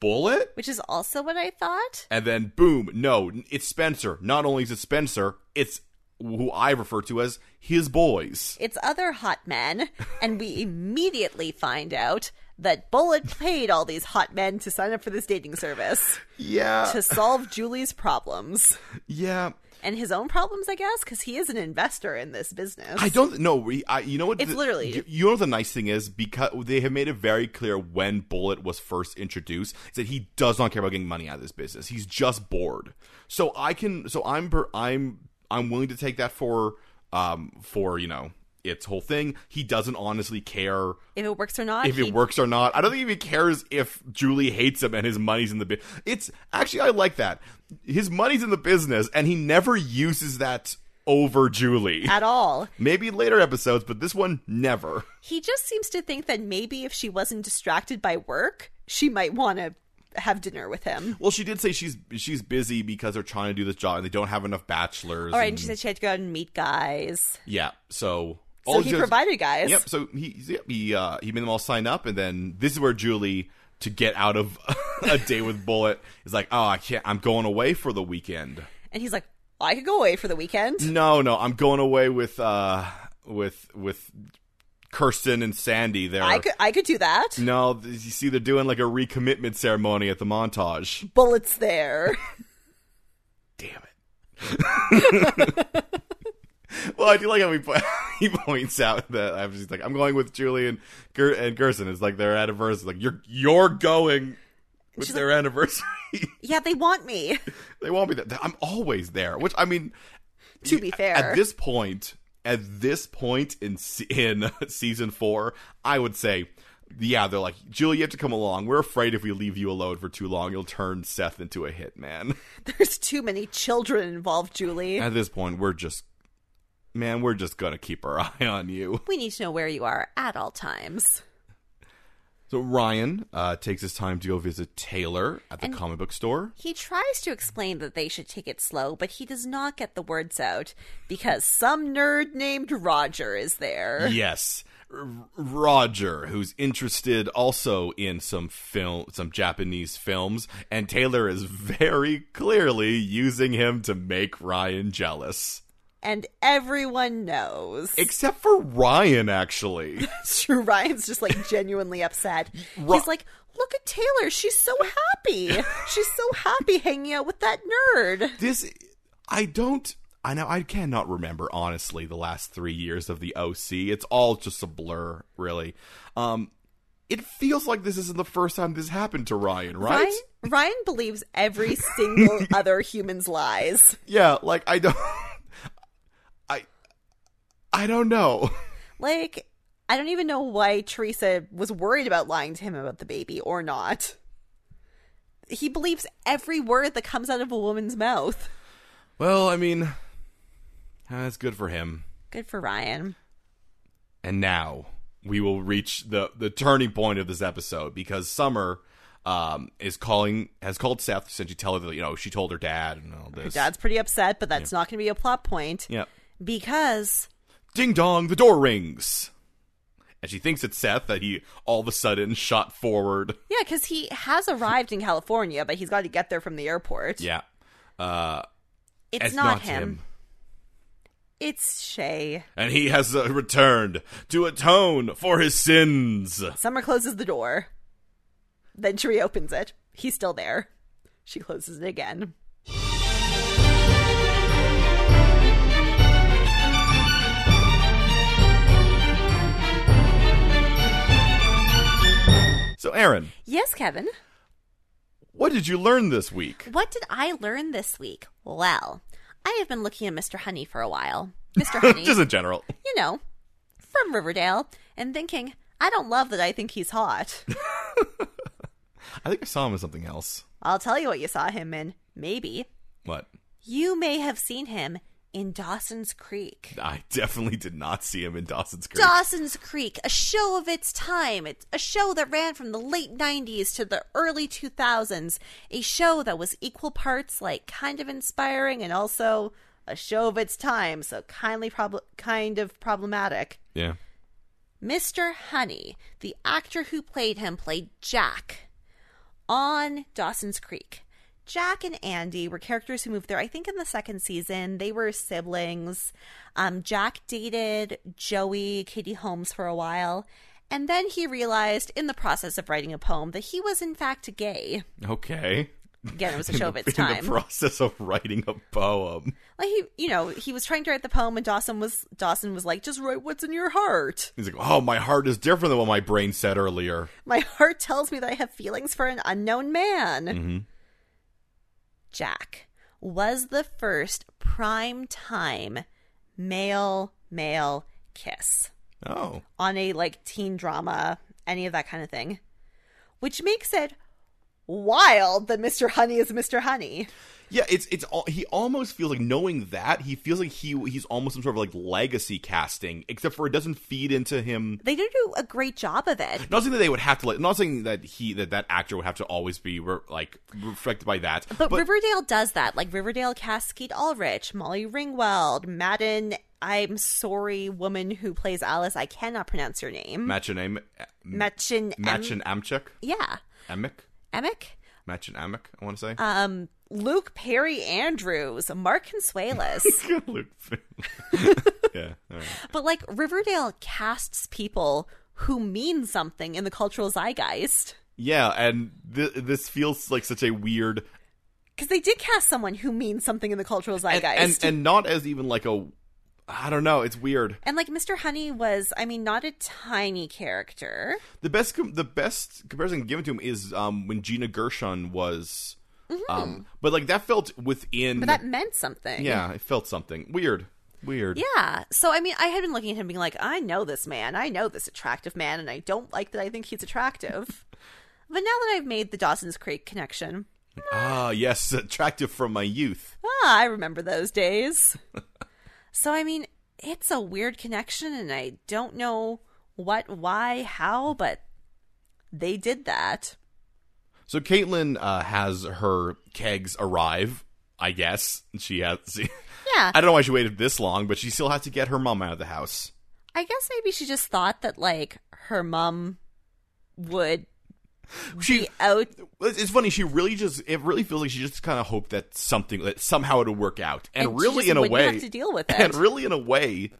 Bullet?" Which is also what I thought. And then boom, no, it's Spencer. Not only is it Spencer, it's who I refer to as his boys. it's other hot men, and we immediately find out that Bullet paid all these hot men to sign up for this dating service Yeah. to solve Julie's problems yeah. and his own problems, I guess, because he is an investor in this business. I don't know. We, I, you know what? It's literally- You, you know what the nice thing is because they have made it very clear when Bullet was first introduced is that he does not care about getting money out of this business. He's just bored. So I can. So I'm. per- I'm. I'm willing to take that for. Um. For you know, its whole thing. He doesn't honestly care if it works or not, if he- it works or not. I don't think he even cares if Julie hates him and his money's in the business. It's actually I like that. His money's in the business, and he never uses that over Julie. at all. Maybe later episodes, but this one never. He just seems to think that maybe if she wasn't distracted by work, she might want to have dinner with him. Well, she did say she's she's busy because they're trying to do this job and they don't have enough bachelors. All right, and and- she said she had to go out and meet guys. yeah. So So he does- provided guys. Oh, Yep. So he yep, he uh, he made them all sign up, and then this is where Julie to get out of a day with Bullet is like, oh, I can't. I'm going away for the weekend. And he's like, I could go away for the weekend. No, no, I'm going away with uh with with Kirsten and Sandy. There. I could, I could do that. No, th- you see, they're doing like a recommitment ceremony at the montage. Bullets there. damn it. well, I do like how he, po- he points out that I'm just like I'm going with Julie and Ger- and Gerson. It's like their anniversary. Like you're you're going with She's their anniversary. Yeah, they want me. they won't be there. I'm always there. Which I mean, To be fair, at this point, at this point in se- in season four, I would say yeah, they're like, Jill, you have to come along. We're afraid if we leave you alone for too long, you'll turn Seth into a hitman. There's too many children involved, Julie. At this point, we're just, man, we're just gonna keep our eye on you. We need to know where you are at all times. So Ryan uh, takes his time to go visit Taylor at the And- comic book store. He tries to explain that they should take it slow, but he does not get the words out because some nerd named Roger is there. Yes. R- Roger, who's interested also in some film, some Japanese films, and Taylor is very clearly using him to make Ryan jealous. And everyone knows. Except for Ryan, actually. It's true. Ryan's just like genuinely upset. Ro- He's like, look at Taylor. She's so happy. She's so happy hanging out with that nerd. this, I don't. I know I cannot remember honestly the last three years of the OC. It's all just a blur, really. Um, it feels like this isn't the first time this happened to Ryan, right? Ryan, Ryan believes every single other human's lies. Yeah, like I don't I I don't know. Like, I don't even know why Teresa was worried about lying to him about the baby or not. He believes every word that comes out of a woman's mouth. Well, I mean that's good for him. Good for Ryan. And now we will reach the the turning point of this episode because Summer um is calling has called Seth since she told her that you know she told her dad and all this. Dad's pretty upset, but that's not going to be a plot point Yeah. because Ding dong, the door rings. And she thinks it's Seth that he all of a sudden shot forward. Yeah, because he has arrived in California, but he's got to get there from the airport. Yeah. Uh it's, not, him. It's Shay. And he has uh, returned to atone for his sins. Summer closes the door. Then she reopens it. He's still there. She closes it again. So, Aaron, Yes, Kevin. what did you learn this week? What did I learn this week? Well, I have been looking at Mr. Honey for a while. Mr. Honey, Just in general. you know, from Riverdale, and thinking, I don't love that I think he's hot. I think I saw him in something else. I'll tell you what you saw him in. Maybe. What? You may have seen him in Dawson's Creek. I definitely did not see him in Dawson's Creek. Dawson's Creek, a show of its time. It's a show that ran from the late 90s to the early 2000s. A show that was equal parts like kind of inspiring and also a show of its time, so kindly prob- kind of problematic. yeah. Mr. Honey, the actor who played him, played Jack on Dawson's Creek. Jack and Andy were characters who moved there, I think, in the second season. They were siblings. Um, Jack dated Joey Katie Holmes for a while, and then he realized in the process of writing a poem that he was, in fact, gay. Okay. Again, it was a show of its in time. the process of writing a poem. like he, you know, he was trying to write the poem, and Dawson was Dawson was like, "Just write what's in your heart." He's like, oh, my heart is different than what my brain said earlier. My heart tells me that I have feelings for an unknown man. Mm-hmm. Jack was the first prime time male male kiss Oh. on a like teen drama, any of that kind of thing, which makes it wild that Mr. Honey is Mr. Honey. Yeah, it's it's al- he almost feels like knowing that he feels like he he's almost some sort of like legacy casting, except for it doesn't feed into him They do do a great job of it. Not saying that they would have to like. Not saying that he that that actor would have to always be re- like reflected by that. But, Riverdale does that. Like Riverdale cast Skeet Ulrich, Molly Ringwald, Madden. I'm sorry, woman who plays Alice. I cannot pronounce your name. match and aim, Machin. Em- match and Amchek, yeah. Amick, Emick. match and Amick. I want to say. Um, Luke Perry Andrews, Mark Consuelos. Luke Finn. yeah. all right. but like Riverdale casts people who mean something in the cultural zeitgeist. Yeah, and th- this feels like such a weird Because they did cast someone who means something in the cultural and, zeitgeist. and and not as even like a I don't know. It's weird. And, like Mr. Honey was, I mean, not a tiny character. The best com- the best comparison given to him is um when Gina Gershon was. Um, but like that felt within. Mm-hmm. But that meant something. yeah, it felt something weird. Weird. Yeah. So I mean, I had been looking at him being like, I know this man. I know this attractive man and I don't like that I think he's attractive. but now that I've made the Dawson's Creek connection, Ah, yes, attractive from my youth. ah, I remember those days. so I mean, it's a weird connection and I don't know what, why, how, but they did that. So Caitlin uh, has her kegs arrive. I guess she has. She, Yeah. I don't know why she waited this long, but she still has to get her mom out of the house. I guess maybe she just thought that like her mom would She be out. It's it's funny. She really just. It really feels like she just kind of hoped that something that somehow it would work out, and, she really just in a wouldn't way, have to deal with it. and really in a way,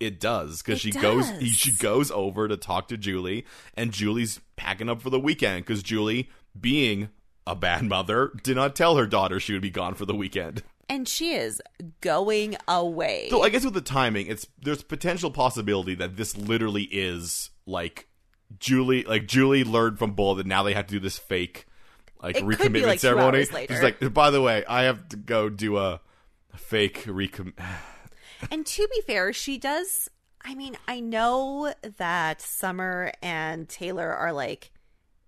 it does because It she goes. does. She goes over to talk to Julie, and Julie's packing up for the weekend because Julie, being a bad mother, did not tell her daughter she would be gone for the weekend. and she is going away. So I guess with the timing, it's there's potential possibility that this literally is like Julie, like Julie learned from Bull that now they have to do this fake like It could be, recommitment like, two ceremony. hours later. It's like, by the way, I have to go do a fake recommit. and to be fair, she does. I mean, I know that Summer and Taylor are like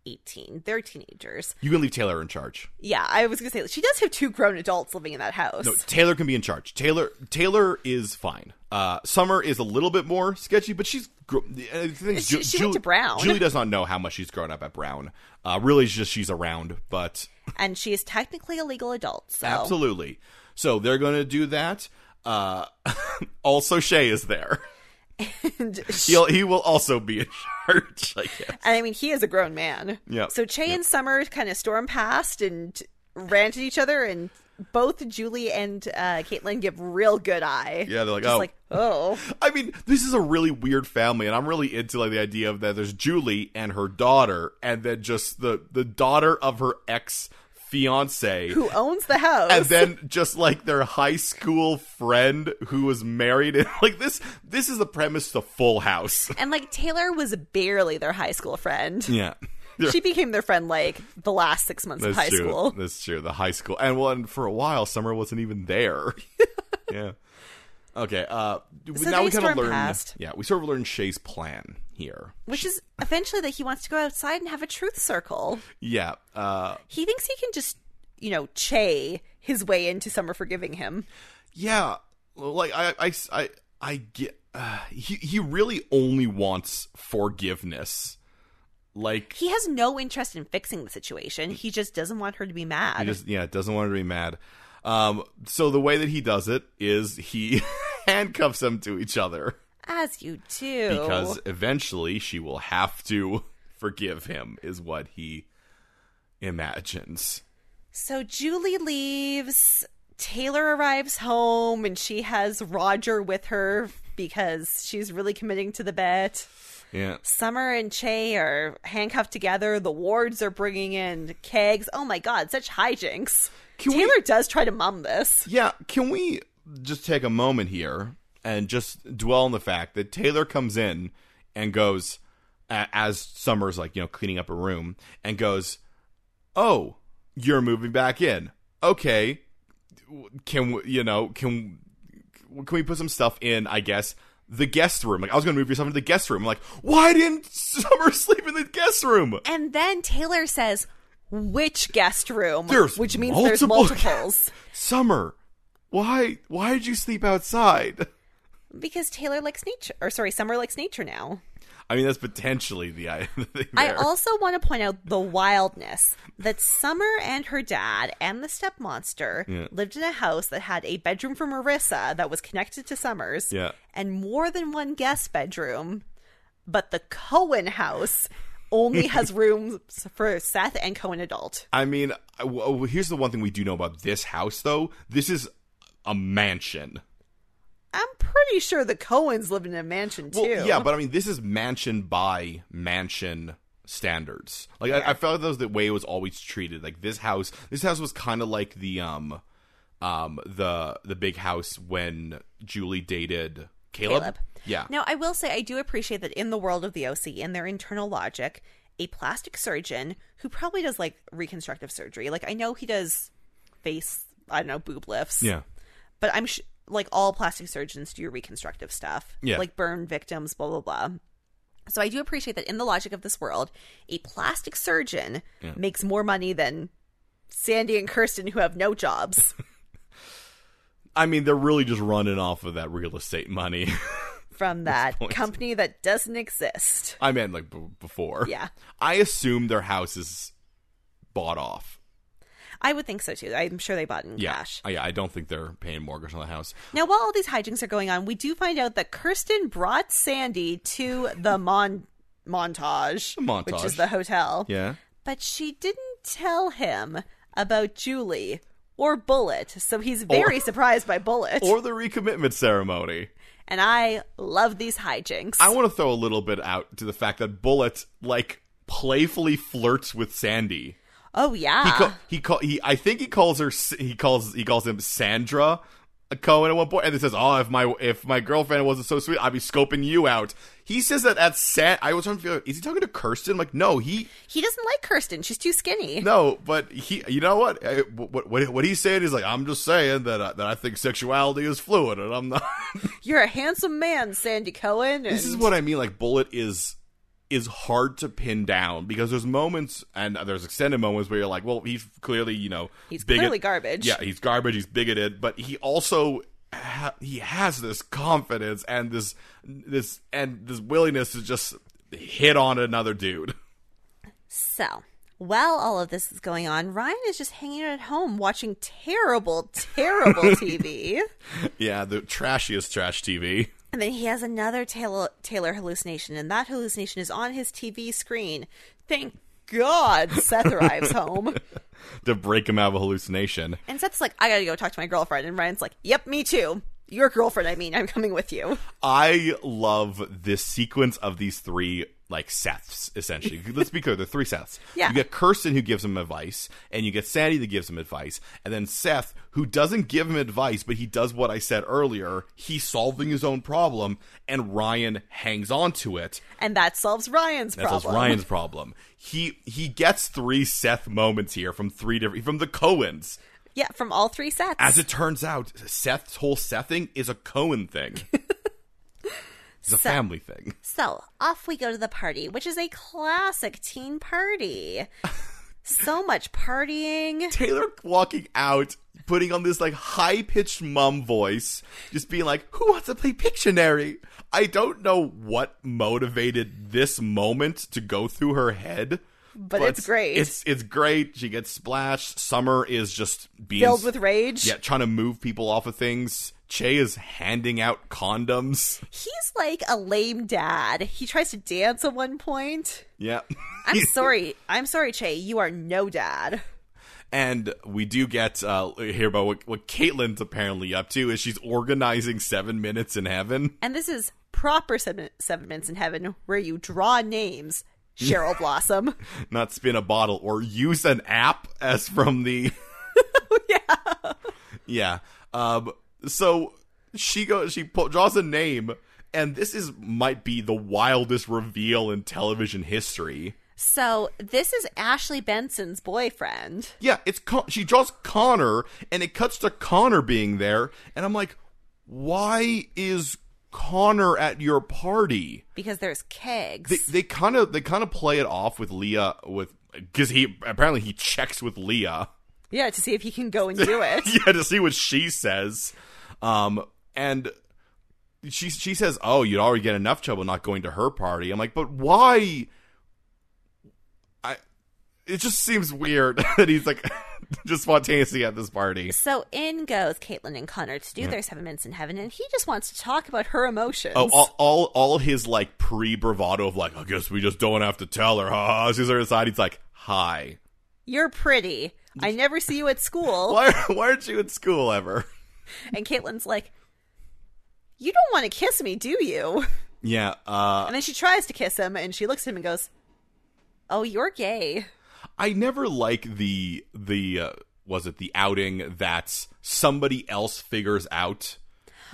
18, they're teenagers. You can leave Taylor in charge. Yeah, I was going to say she does have two grown adults living in that house. No, Taylor can be in charge. Taylor Taylor is fine. Uh, Summer is a little bit more sketchy, but she's. Gr- uh, I think She- she went to Brown. Julie does not know how much she's grown up at Brown. Uh, really, it's just she's around, but And she is technically a legal adult. So Absolutely. So they're going to do that. Uh, also, Shay is there. And she- He'll, he will also be in charge. I guess. And I mean, he is a grown man. Yep. So Che and Summer kind of storm past and rant at each other, and both Julie and uh, Caitlin give real good eye. Yeah, they're like, Just "Oh." like, oh, I mean, this is a really weird family, and I'm really into like the idea of that. There's Julie and her daughter, and then just the the daughter of her ex fiance. who owns the house? and then just like their high school friend who was married and like this this is the premise to full house And, like Taylor was barely their high school friend. yeah She became their friend like the last six months of high true. school. That's true. The high school, and well, and for a while, Summer wasn't even there. yeah. Okay. Uh, now we they kind of storm learn. past. Yeah, we sort of learn Shay's plan here. Which is eventually that he wants to go outside and have a truth circle. Yeah. Uh, He thinks he can just, you know, Che his way into Summer forgiving him. yeah. Like I, I, I, I get. Uh, he he really only wants forgiveness. Like He has no interest in fixing the situation. He just doesn't want her to be mad. He just yeah, doesn't want her to be mad. Um, so the way that he does it is he handcuffs them to each other. As you do. because eventually she will have to forgive him is what he imagines so Julie leaves, Taylor arrives home, and she has Roger with her because she's really committing to the bet. yeah Summer and Che are handcuffed together. The wards are bringing in kegs. Oh my god, such hijinks. Can we- Taylor does try to mum this. yeah can we just take a moment here and just dwell on the fact that taylor comes in and goes a- as summer's like you know cleaning up a room and goes oh you're moving back in okay can we, you know can can we put some stuff in i guess the guest room like i was gonna move yourself into the guest room like why didn't summer sleep in the guest room And then Taylor says, which guest room? There's which means multiple- there's multiples. summer why why did you sleep outside Because Taylor likes nature, or sorry, Summer likes nature now. i mean that's potentially the, i- the thing I there. also want to point out the wildness that Summer and her dad and the step monster lived in a house that had a bedroom for Marissa that was connected to Summer's, Yeah. and more than one guest bedroom. But the Cohen house only has rooms for Seth and Cohen adult. I mean, I- well, here's the one thing we do know about this house, though. This is a mansion. I'm pretty sure the Cohens live in a mansion too. Well, yeah, but I mean, this is mansion by mansion standards. Like, I, I felt that was the way it was always treated. Like this house, this house was kind of like the um, um, the the big house when Julie dated Caleb. Caleb. Yeah, Now, I will say I do appreciate that in the world of the OC, in their internal logic, a plastic surgeon who probably does like reconstructive surgery, like I know he does face, I don't know, boob lifts, yeah. but I'm sh- like all plastic surgeons do reconstructive stuff, Yeah. like burn victims, blah blah blah. So I do appreciate that in the logic of this world, a plastic surgeon Yeah. makes more money than Sandy and Kirsten who have no jobs. I mean, they're really just running off of that real estate money. from that point. company that doesn't exist. I meant like b- before. Yeah. I assume their house is bought off. I would think so too. I'm sure they bought in Yeah. cash. I, I don't think they're paying mortgage on the house. Now, while all these hijinks are going on, we do find out that Kirsten brought Sandy to the mon- montage, montage. which is the hotel. Yeah. But she didn't tell him about Julie or Bullet, so he's very surprised by Bullet. Or the recommitment ceremony. and I love these hijinks. I want to throw a little bit out to the fact that Bullet, like, playfully flirts with Sandy. oh yeah, He ca- he call he I think he calls her S- he calls he calls him Sandra Cohen at one point and he says, "Oh, if my if my girlfriend wasn't so sweet, I'd be scoping you out." He says that at San I was trying to figure out is he talking to Kirsten? like, no, he he doesn't like Kirsten. She's too skinny. no, but he you know what I- what what, what he's saying is like, "I'm just saying that uh, that I think sexuality is fluid and I'm not." You're a handsome man, Sandy Cohen. this is and- what I mean like Bullet is is hard to pin down because there's moments and there's extended moments where you're like, well, he's clearly, you know, he's bigot- clearly garbage. Yeah, he's garbage. He's bigoted, but he also ha- he has this confidence and this this and this willingness to just hit on another dude. So, while all of this is going on, Ryan is just hanging out at home watching terrible, terrible TV. yeah, the trashiest trash TV. And then he has another Taylor, Taylor hallucination, and that hallucination is on his TV screen. Thank God Seth arrives home. To break him out of a hallucination. And Seth's like, I gotta go talk to my girlfriend. And Ryan's like, Yep, me too. Your girlfriend, I mean, I'm coming with you. I love this sequence of these three like Seths, essentially. Let's be clear, they're three Seths. Yeah. You get Kirsten who gives him advice, and you get Sandy that gives him advice, and then Seth who doesn't give him advice, but he does what I said earlier. He's solving his own problem, and Ryan hangs on to it. And that solves Ryan's That's problem. Ryan's problem. He he gets three Seth moments here from three different from the Cohens. Yeah, from all three sets. As it turns out, Seth's whole Seth thing is a Cohen thing. it's a So- family thing. So off we go to the party, which is a classic teen party. so much partying. Taylor walking out, putting on this like high pitched mum voice, just being like, "Who wants to play Pictionary?" I don't know what motivated this moment to go through her head, But it's great. It's it's great. She gets splashed. Summer is just being Filled with rage. yeah, trying to move people off of things. Che is handing out condoms. He's like a lame dad. He tries to dance at one point. Yeah. I'm sorry. I'm sorry, Che. You are no dad. And we do get uh, hear about what, what Caitlin's apparently up to is she's organizing Seven Minutes in Heaven. And this is proper seven, seven minutes in heaven where you draw names, Cheryl Blossom. not spin a bottle or use an app as from the yeah yeah um so she goes she po- draws a name and this is might be the wildest reveal in television history So this is Ashley Benson's boyfriend. yeah it's Con- she draws connor and it cuts to connor being there and i'm like why is connor at your party Because there's kegs. they they kind of they kind of play it off with leah with because he apparently he checks with leah yeah, to see if he can go and do it. yeah, to see what she says. Um, and she she says, "Oh, you'd already get enough trouble not going to her party." I'm like, "But why?" I it just seems weird that he's like just spontaneously at this party. So in goes Caitlin and Connor to do their seven minutes in heaven, and he just wants to talk about her emotions. Oh, all, all all his like pre bravado of like, I guess we just don't have to tell her. Ha ha. She's on her side. He's like, "Hi, You're pretty. I never see you at school. why why aren't you at school ever?" And Caitlin's like, You don't want to kiss me, do you? Yeah. Uh, And then she tries to kiss him, and she looks at him and goes, Oh, you're gay. I never like the the uh, was it the outing that somebody else figures out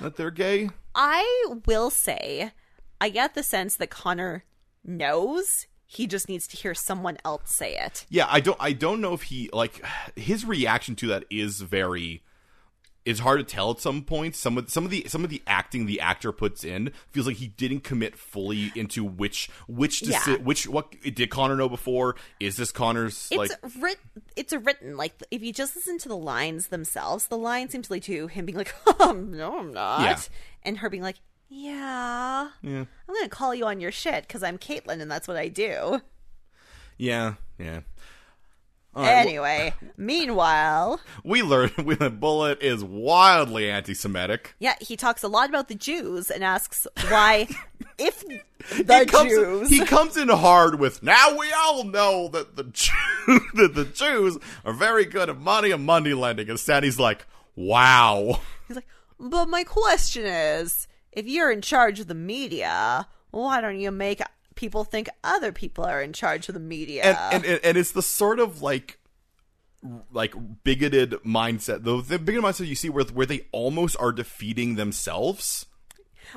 that they're gay. I will say, I get the sense that Connor knows. He just needs to hear someone else say it. Yeah, I don't I don't know if he like his reaction to that is very it's hard to tell at some points. Some of some of the some of the acting the actor puts in feels like he didn't commit fully into which which deci- Yeah. which what did Connor know before? Is this Connor's like it's writ- it's written like if you just listen to the lines themselves the line seems to lead to him being like um no i'm not Yeah. and her being like yeah, yeah i'm gonna call you on your shit because i'm caitlin and that's what i do yeah yeah. anyway meanwhile We learn we learn Bullet is wildly anti-Semitic. yeah he talks a lot about the jews and asks why if the he comes, jews He comes in hard with now we all know that the Jew, that the Jews are very good at money and money lending. Instead, he's like, "Wow, he's like but my question is if you're in charge of the media why don't you make people think other people are in charge of the media and, and and and it's the sort of like like bigoted mindset the, the bigoted mindset you see where where they almost are defeating themselves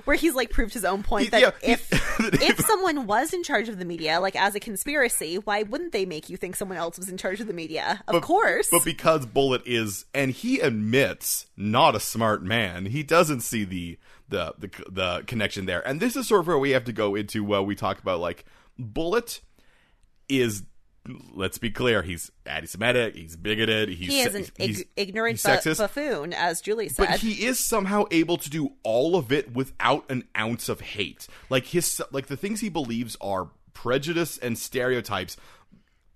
where he's like proved his own point He- that yeah, he- if if someone was in charge of the media, like as a conspiracy, why wouldn't they make you think someone else was in charge of the media? Of course. but because bullet is and he admits not a smart man he doesn't see the the the, the connection there and this is sort of where we have to go into well we talk about like bullet is let's be clear he's anti-semitic he's bigoted he's he is an he's- ig- ignorant he's bu- sexist. buffoon, as Julie said. but he is somehow able to do all of it without an ounce of hate like his like the things he believes are prejudice and stereotypes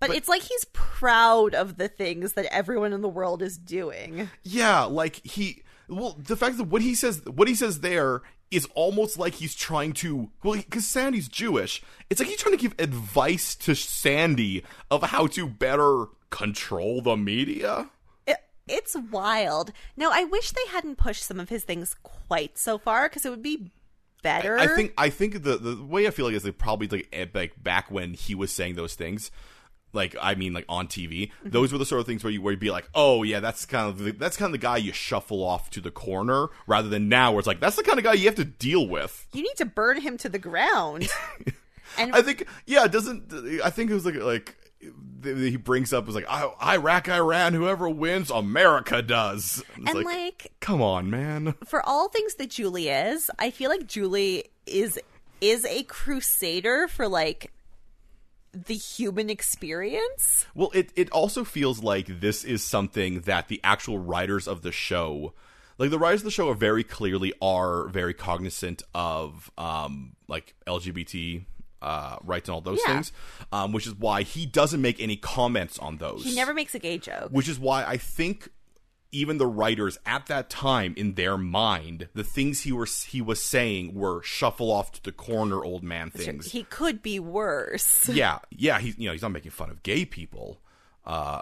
but, it's like he's proud of the things that everyone in the world is doing. yeah like he well the fact that what he says what he says there is almost like he's trying to well because sandy's jewish it's like he's trying to give advice to sandy of how to better control the media It, it's wild. Now, I wish they hadn't pushed some of his things quite so far because it would be better. I think I think the the way I feel like is like probably like at- like back when he was saying those things. Like I mean, like on TV, those were the sort of things where you where you'd be like, "Oh yeah, that's kind of the, that's kind of the guy you shuffle off to the corner," rather than now where it's like that's the kind of guy you have to deal with. you need to burn him to the ground. and I think yeah, it doesn't I think it was like like th- he brings up was like I- Iraq, Iran, whoever wins, America does. It's and like, like come on, man. for all things that Julie is, I feel like Julie is is a crusader for like the human experience. Well, it it also feels like this is something that the actual writers of the show, like the writers of the show, are very clearly are very cognizant of um like LGBT uh rights and all those Yeah. things, um, which is why he doesn't make any comments on those. He never makes a gay joke. which is why I think even the writers at that time in their mind the things he was he was saying were shuffle off to the corner old man things He could be worse. yeah, yeah, he's you know he's not making fun of gay people, uh,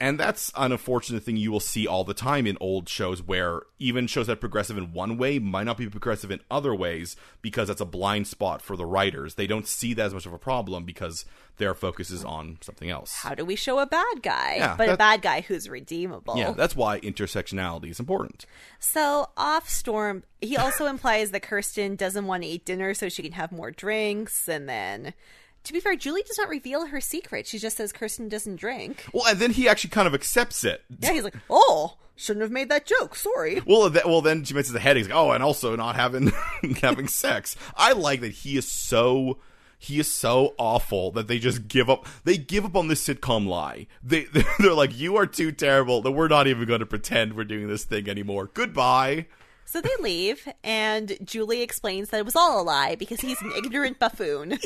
and that's an unfortunate thing you will see all the time in old shows where even shows that are progressive in one way might not be progressive in other ways because that's a blind spot for the writers. They don't see that as much of a problem because their focus is on something else. How do we show a bad guy? Yeah, but a that- bad guy who's redeemable. Yeah, that's why intersectionality is important. so off storm, he also implies that Kirsten doesn't want to eat dinner so she can have more drinks and then to be fair, Julie does not reveal her secret. She just says Kirsten doesn't drink. Well, and then he actually kind of accepts it. Yeah, he's like, "Oh, shouldn't have made that joke. Sorry." Well, that, well, then she mentions the headaches. Oh, and also not having having sex. I like that he is so he is so awful that they just give up. They give up on this sitcom lie. They they're like, you are too terrible. That we're not even going to pretend we're doing this thing anymore. Goodbye. So they leave, and Julie explains that it was all a lie because he's an ignorant buffoon.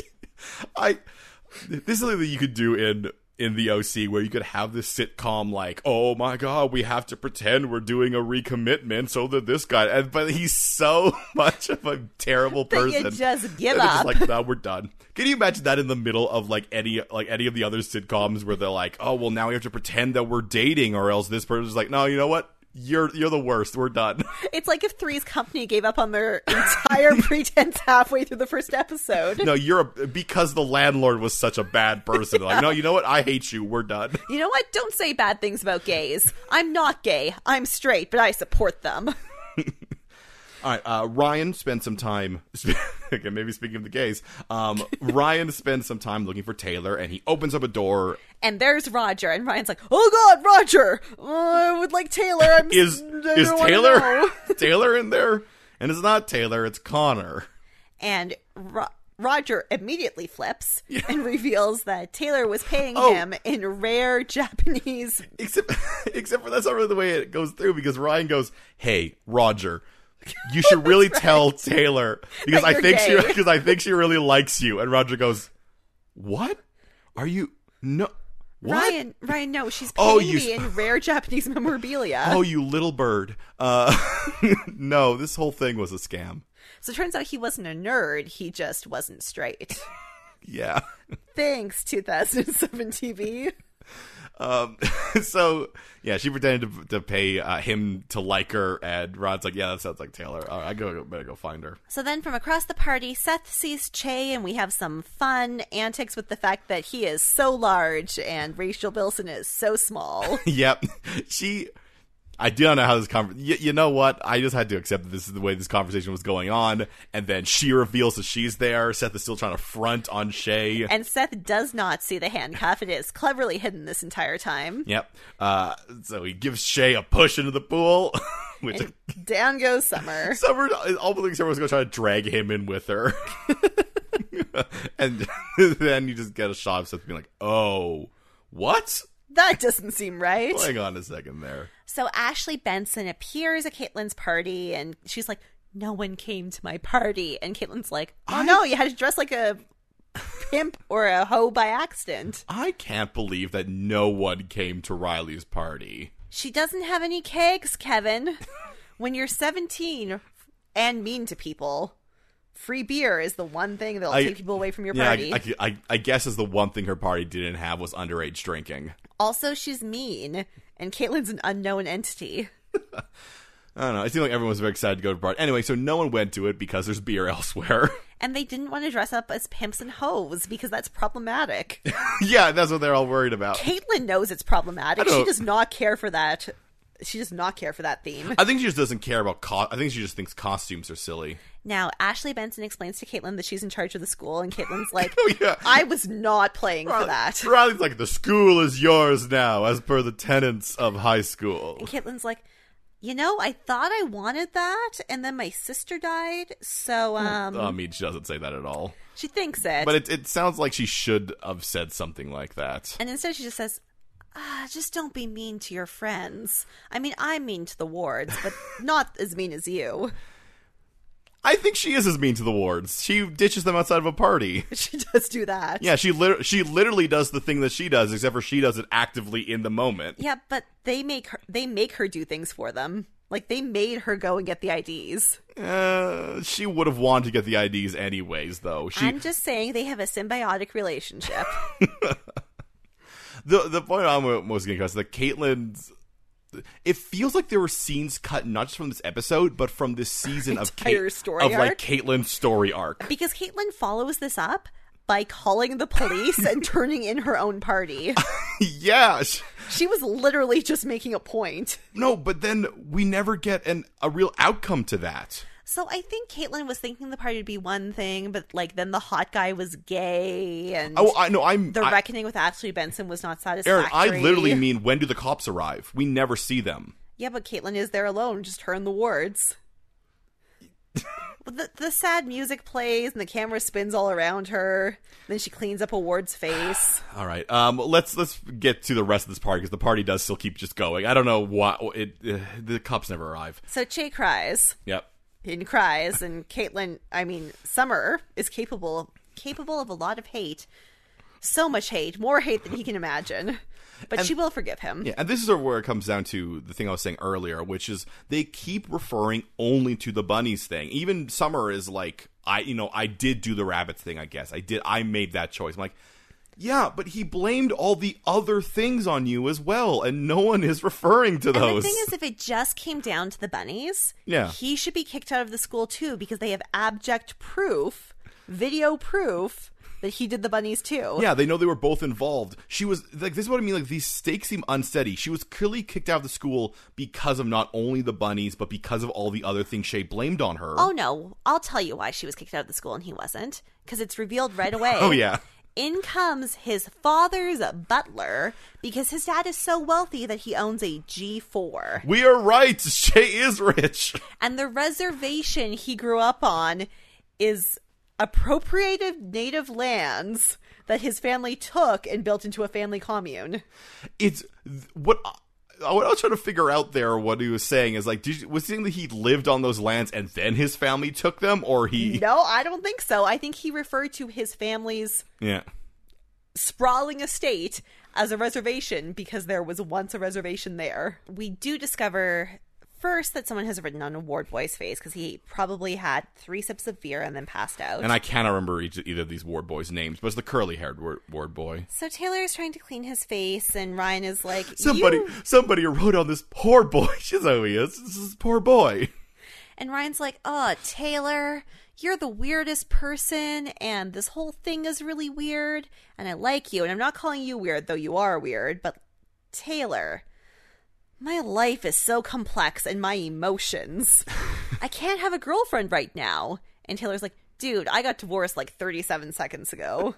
I this is something that you could do in in the OC where you could have this sitcom like, oh my god, we have to pretend we're doing a recommitment so that this guy, and but he's so much of a terrible That person. you just give And they're up. Just like, nah, we're done. Can you imagine that in the middle of like any like any of the other sitcoms where they're like, oh well, now we have to pretend that we're dating, or else this person's like, no, you know what? You're you're the worst. We're done. It's like if Three's Company gave up on their entire pretense halfway through the first episode. No, you're a, because the landlord was such a bad person. Like, no, you know what? I hate you. We're done. You know what? Don't say bad things about gays. I'm not gay. I'm straight, but I support them. All right, uh, Ryan spent some time. again, maybe speaking of the gays, um, Ryan spends some time looking for Taylor, and he opens up a door. And there's Roger, and Ryan's like, "Oh God, Roger! Oh, I would like Taylor." I'm, Is I is don't wanna Taylor know." Taylor in there? And it's not Taylor; it's Connor. And Ro- Roger immediately flips and reveals that Taylor was paying Oh. him in rare Japanese. Except, except for that's not really the way it goes through because Ryan goes, "Hey, Roger, you should really tell Taylor because That I you're think she gay." because I think she really likes you." And Roger goes, "What? Are you no? What? Ryan, Ryan, no, she's paying Oh, you me sp- in rare Japanese memorabilia. Oh, you little bird. Uh, no, this whole thing was a scam. So it turns out he wasn't a nerd; he just wasn't straight. Yeah." Thanks, 2007 TV. Um, so yeah, she pretended to, to pay uh, him to like her, and Rod's like, "Yeah, that sounds like Taylor. All right, I go better go find her." So then from across the party, Seth sees Che, and we have some fun antics with the fact that he is so large and Rachel Bilson is so small. yep, she. I do not know how this conversation. Y- you know what? I just had to accept that this is the way this conversation was going on, and then she reveals that she's there. Seth is still trying to front on Shay. and Seth does not see the handcuff. It is cleverly hidden this entire time. Yep. Uh, so he gives Shay a push into the pool, which Down goes Summer. Summer, all the things Summer was going to try to drag him in with her. and then you just get a shot of Seth being like, oh, what? That doesn't seem right. Hang on a second there. So Ashley Benson appears at Caitlin's party, and she's like, No one came to my party. And Caitlin's like, Oh no, you had to dress like a pimp or a hoe by accident. I can't believe that no one came to Riley's party. She doesn't have any cakes, Kevin. when you're 17 and mean to people, free beer is the one thing that'll I- take people away from your Yeah, party. I, I, I, I guess is the one thing her party didn't have was underage drinking. also, she's mean, and Caitlin's an unknown entity. I don't know. It seemed like everyone was very excited to go to the party. Anyway, so no one went to it because there's beer elsewhere. And they didn't want to dress up as pimps and hoes because that's problematic. yeah, that's what they're all worried about. Caitlyn knows it's problematic. don't She know. does not care for that. She does not care for that theme. I think she just doesn't care about. Co- I think she just thinks costumes are silly. Now, Ashley Benson explains to Caitlyn that she's in charge of the school, and Caitlyn's like, Oh yeah, I was not playing for that. Riley's like, the school is yours now, as per the tenets of high school. Caitlin's like, you know, I thought I wanted that, and then my sister died, so um, I mean, she doesn't say that at all. she thinks it. Hmm. But it, it sounds like she should have said something like that. and instead, she just says, ah, "Just don't be mean to your friends. I mean, I'm mean to the wards, but not as mean as you." I think she is as mean to the wards. She ditches them outside of a party. She does do that. Yeah, she lit- she literally does the thing that she does, except for she does it actively in the moment. Yeah, but they make her they make her do things for them. Like they made her go and get the IDs. Uh, she would have wanted to get the IDs anyways, though. She I'm just saying they have a symbiotic relationship. the the point I'm most getting across is that Caitlyn's. It feels like there were scenes cut not just from this episode, but from this season of Entire Cait- story of like arc. Caitlyn's story arc. because Caitlyn follows this up by calling the police and turning in her own party. yeah, sh- She was literally just making a point. no, but then we never get an a real outcome to that. So I think Caitlyn was thinking the party would be one thing, but like then the hot guy was gay and Oh, I no, I'm the I- reckoning with Ashley Benson was not satisfactory. Aaron. I literally mean when do the cops arrive? We never see them. Yeah, but Caitlyn is there alone, just her and the wards. the, the sad music plays and the camera spins all around her. Then she cleans up a ward's face. All right, um, let's let's get to the rest of this party because the party does still keep just going. I don't know why it uh, the cops never arrive. So Che cries Yep. and cries, and Caitlyn, I mean Summer, is capable capable of a lot of hate. So much hate, more hate than he can imagine. But she will forgive him. Yeah, and this is sort of where it comes down to the thing I was saying earlier, which is they keep referring only to the bunnies thing. Even Summer is like, I, you know, I did do the rabbits thing. I guess I did. I made that choice. I'm like, yeah, but he blamed all the other things on you as well, and no one is referring to And the those. thing is, if it just came down to the bunnies, Yeah. he should be kicked out of the school too because they have abject proof, video proof that he did the bunnies too. Yeah, they know they were both involved. She was like, this is what I mean. Like these stakes seem unsteady. She was clearly kicked out of the school because of not only the bunnies, but because of all the other things Shay blamed on her. Oh no, I'll tell you why she was kicked out of the school and he wasn't because it's revealed right away. Oh, yeah. In comes his father's butler because his dad is so wealthy that he owns a G4. We are right. Shay is rich. And the reservation he grew up on is appropriated native lands that his family took and built into a family commune. It's what. I- what I was trying to figure out there, what he was saying is like, did you, was it saying that he lived on those lands and then his family took them, or he, No, I don't think so. I think he referred to his family's yeah, sprawling estate as a reservation because there was once a reservation there. We do discover first that someone has written on Ward Boy's face because he probably had three sips of beer and then passed out. and I cannot remember each, either of these ward boys' names, but it's the curly-haired ward, ward boy. so Taylor is trying to clean his face, and Ryan is like, Somebody, "You-" somebody wrote on this poor boy. She's how he is. This is poor boy. And Ryan's like, oh, Taylor, you're the weirdest person, and this whole thing is really weird, and I like you. And I'm not calling you weird, though you are weird, but Taylor, my life is so complex and my emotions. I can't have a girlfriend right now. And Taylor's like, dude, I got divorced like 37 seconds ago.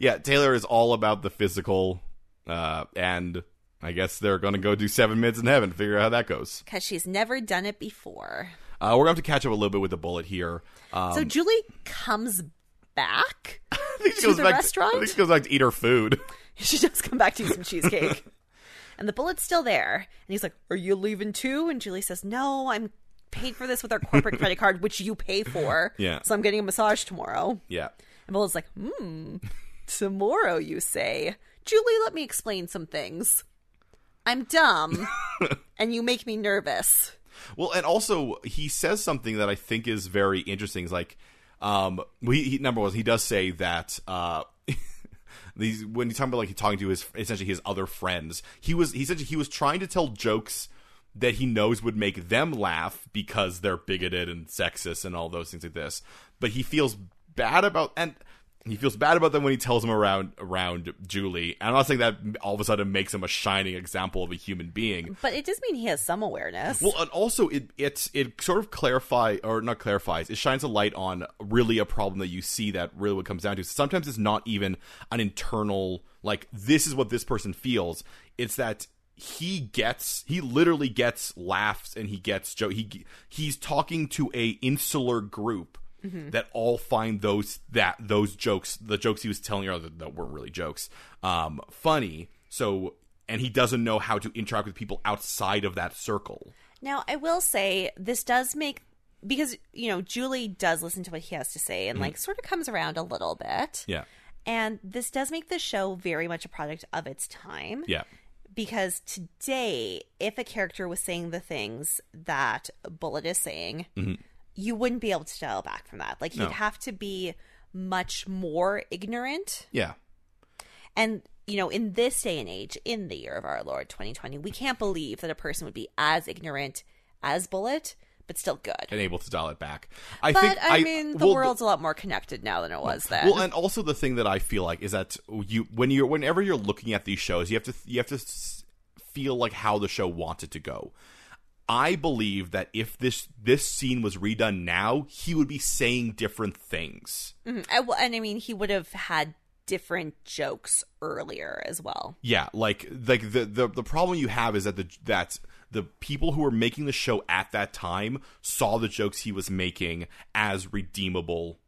Yeah, Taylor is all about the physical, uh, and I guess they're gonna go do seven minutes in heaven. Figure out how that goes. Because she's never done it before. Uh, we're gonna have to catch up a little bit with the bullet here. Um, so Julie comes back. I think she to goes the back restaurant? To, I think she goes back to eat her food. she does come back to eat some cheesecake. and the bullet's still there. And he's like, Are you leaving too? And Julie says, No, I'm paid for this with our corporate credit card, which you pay for. Yeah. So I'm getting a massage tomorrow. Yeah. And Bullet's like, Hmm, tomorrow you say. Julie, let me explain some things. I'm dumb and you make me nervous. Well, and also he says something that I think is very interesting. Is like, um, well, he, he number one, he does say that uh, these when he's talking about like he talking to his essentially his other friends, he was he said he was trying to tell jokes that he knows would make them laugh because they're bigoted and sexist and all those things like this. But he feels bad about and. He feels bad about them when he tells them around around Julie. And I'm not saying that all of a sudden makes him a shining example of a human being. But it does mean he has some awareness. Well, and also it it's it sort of clarify or not clarifies. It shines a light on really a problem that you see that really what it comes down to. Sometimes it's not even an internal like this is what this person feels. It's that he gets he literally gets laughs and he gets joke. He he's talking to a insular group. That all find those that those jokes, the jokes he was telling her that, that weren't really jokes, um, funny. So and he doesn't know how to interact with people outside of that circle. Now, I will say this does make because you know Julie does listen to what he has to say Mm. and like sort of comes around a little bit. Yeah. And this does make the show very much a product of its time Yeah. because today if a character was saying the things that Bullet is saying, you wouldn't be able to dial back from that. Like Mm-hmm. No. you'd have to be much more ignorant Yeah. and you know, in this day and age, in the year of our Lord 2020, we can't believe that a person would be as ignorant as Bullet, but still good. And able to dial it back. I but think I, mean, the well, world's a lot more connected now than it was then. Well, and also the thing that I feel like is that you when you're whenever you're looking at these shows, you have to you have to s- feel like how the show wants it to go. I believe that if this this scene was redone now, he would be saying different things. Mhm. I- well, and I mean, he would have had different jokes earlier as well. Yeah, like like the the, the problem you have is that the that the people who were making the show at that time saw the jokes he was making as redeemable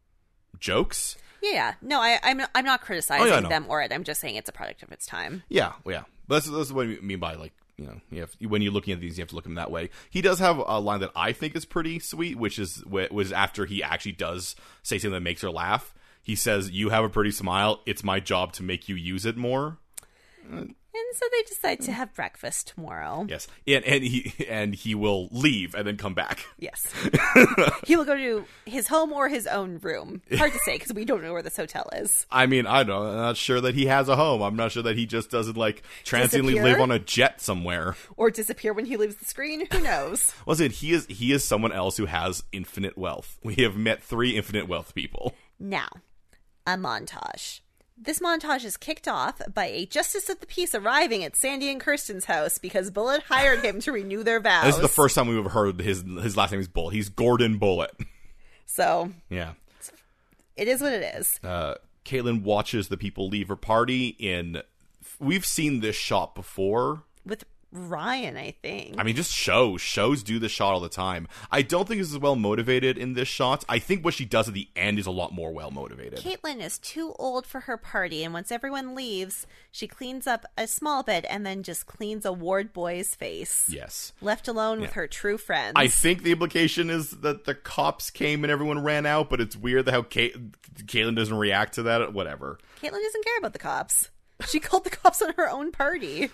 jokes. Yeah, yeah. No, I, I'm I'm not criticizing Oh, yeah, I know. them or it. I'm just saying it's a product of its time. Yeah, well, yeah. But That's that's what I mean by like you know you have when you're looking at these you have to look at them that way. He does have a line that I think is pretty sweet, which is wh- was after he actually does say something that makes her laugh. He says, "You have a pretty smile. It's my job to make you use it more." And so they decide to have breakfast tomorrow. Yes, and and he and he will leave and then come back. Yes. he will go to his home or his own room. Hard to say because we don't know where this hotel is. I mean, I don't. I'm not sure that he has a home. I'm not sure that he just doesn't like transiently Disappear? live on a jet somewhere. Or disappear when he leaves the screen. Who knows? Listen, he is he is someone else who has infinite wealth. We have met three infinite wealth people. now, a montage. This montage is kicked off by a justice of the peace arriving at Sandy and Kirsten's house because Bullet hired him to renew their vows. This is the first time we've ever heard his his last name is Bullet. He's Gordon Bullet. so Yeah. it is what it is. Uh, Caitlin watches the people leave her party in. We've seen this shot before. With Ryan, I think. I mean, just shows. Shows do this shot all the time. I don't think this is well motivated in this shot. I think what she does at the end is a lot more well motivated. Caitlin is too old for her party, and once everyone leaves, she cleans up a small bit and then just cleans a ward boy's face. yes. Left alone with Yeah. her true friends. I think the implication is that the cops came and everyone ran out, but it's weird that how Ca- Caitlin doesn't react to that. Whatever. Caitlin doesn't care about the cops. She called the cops on her own party.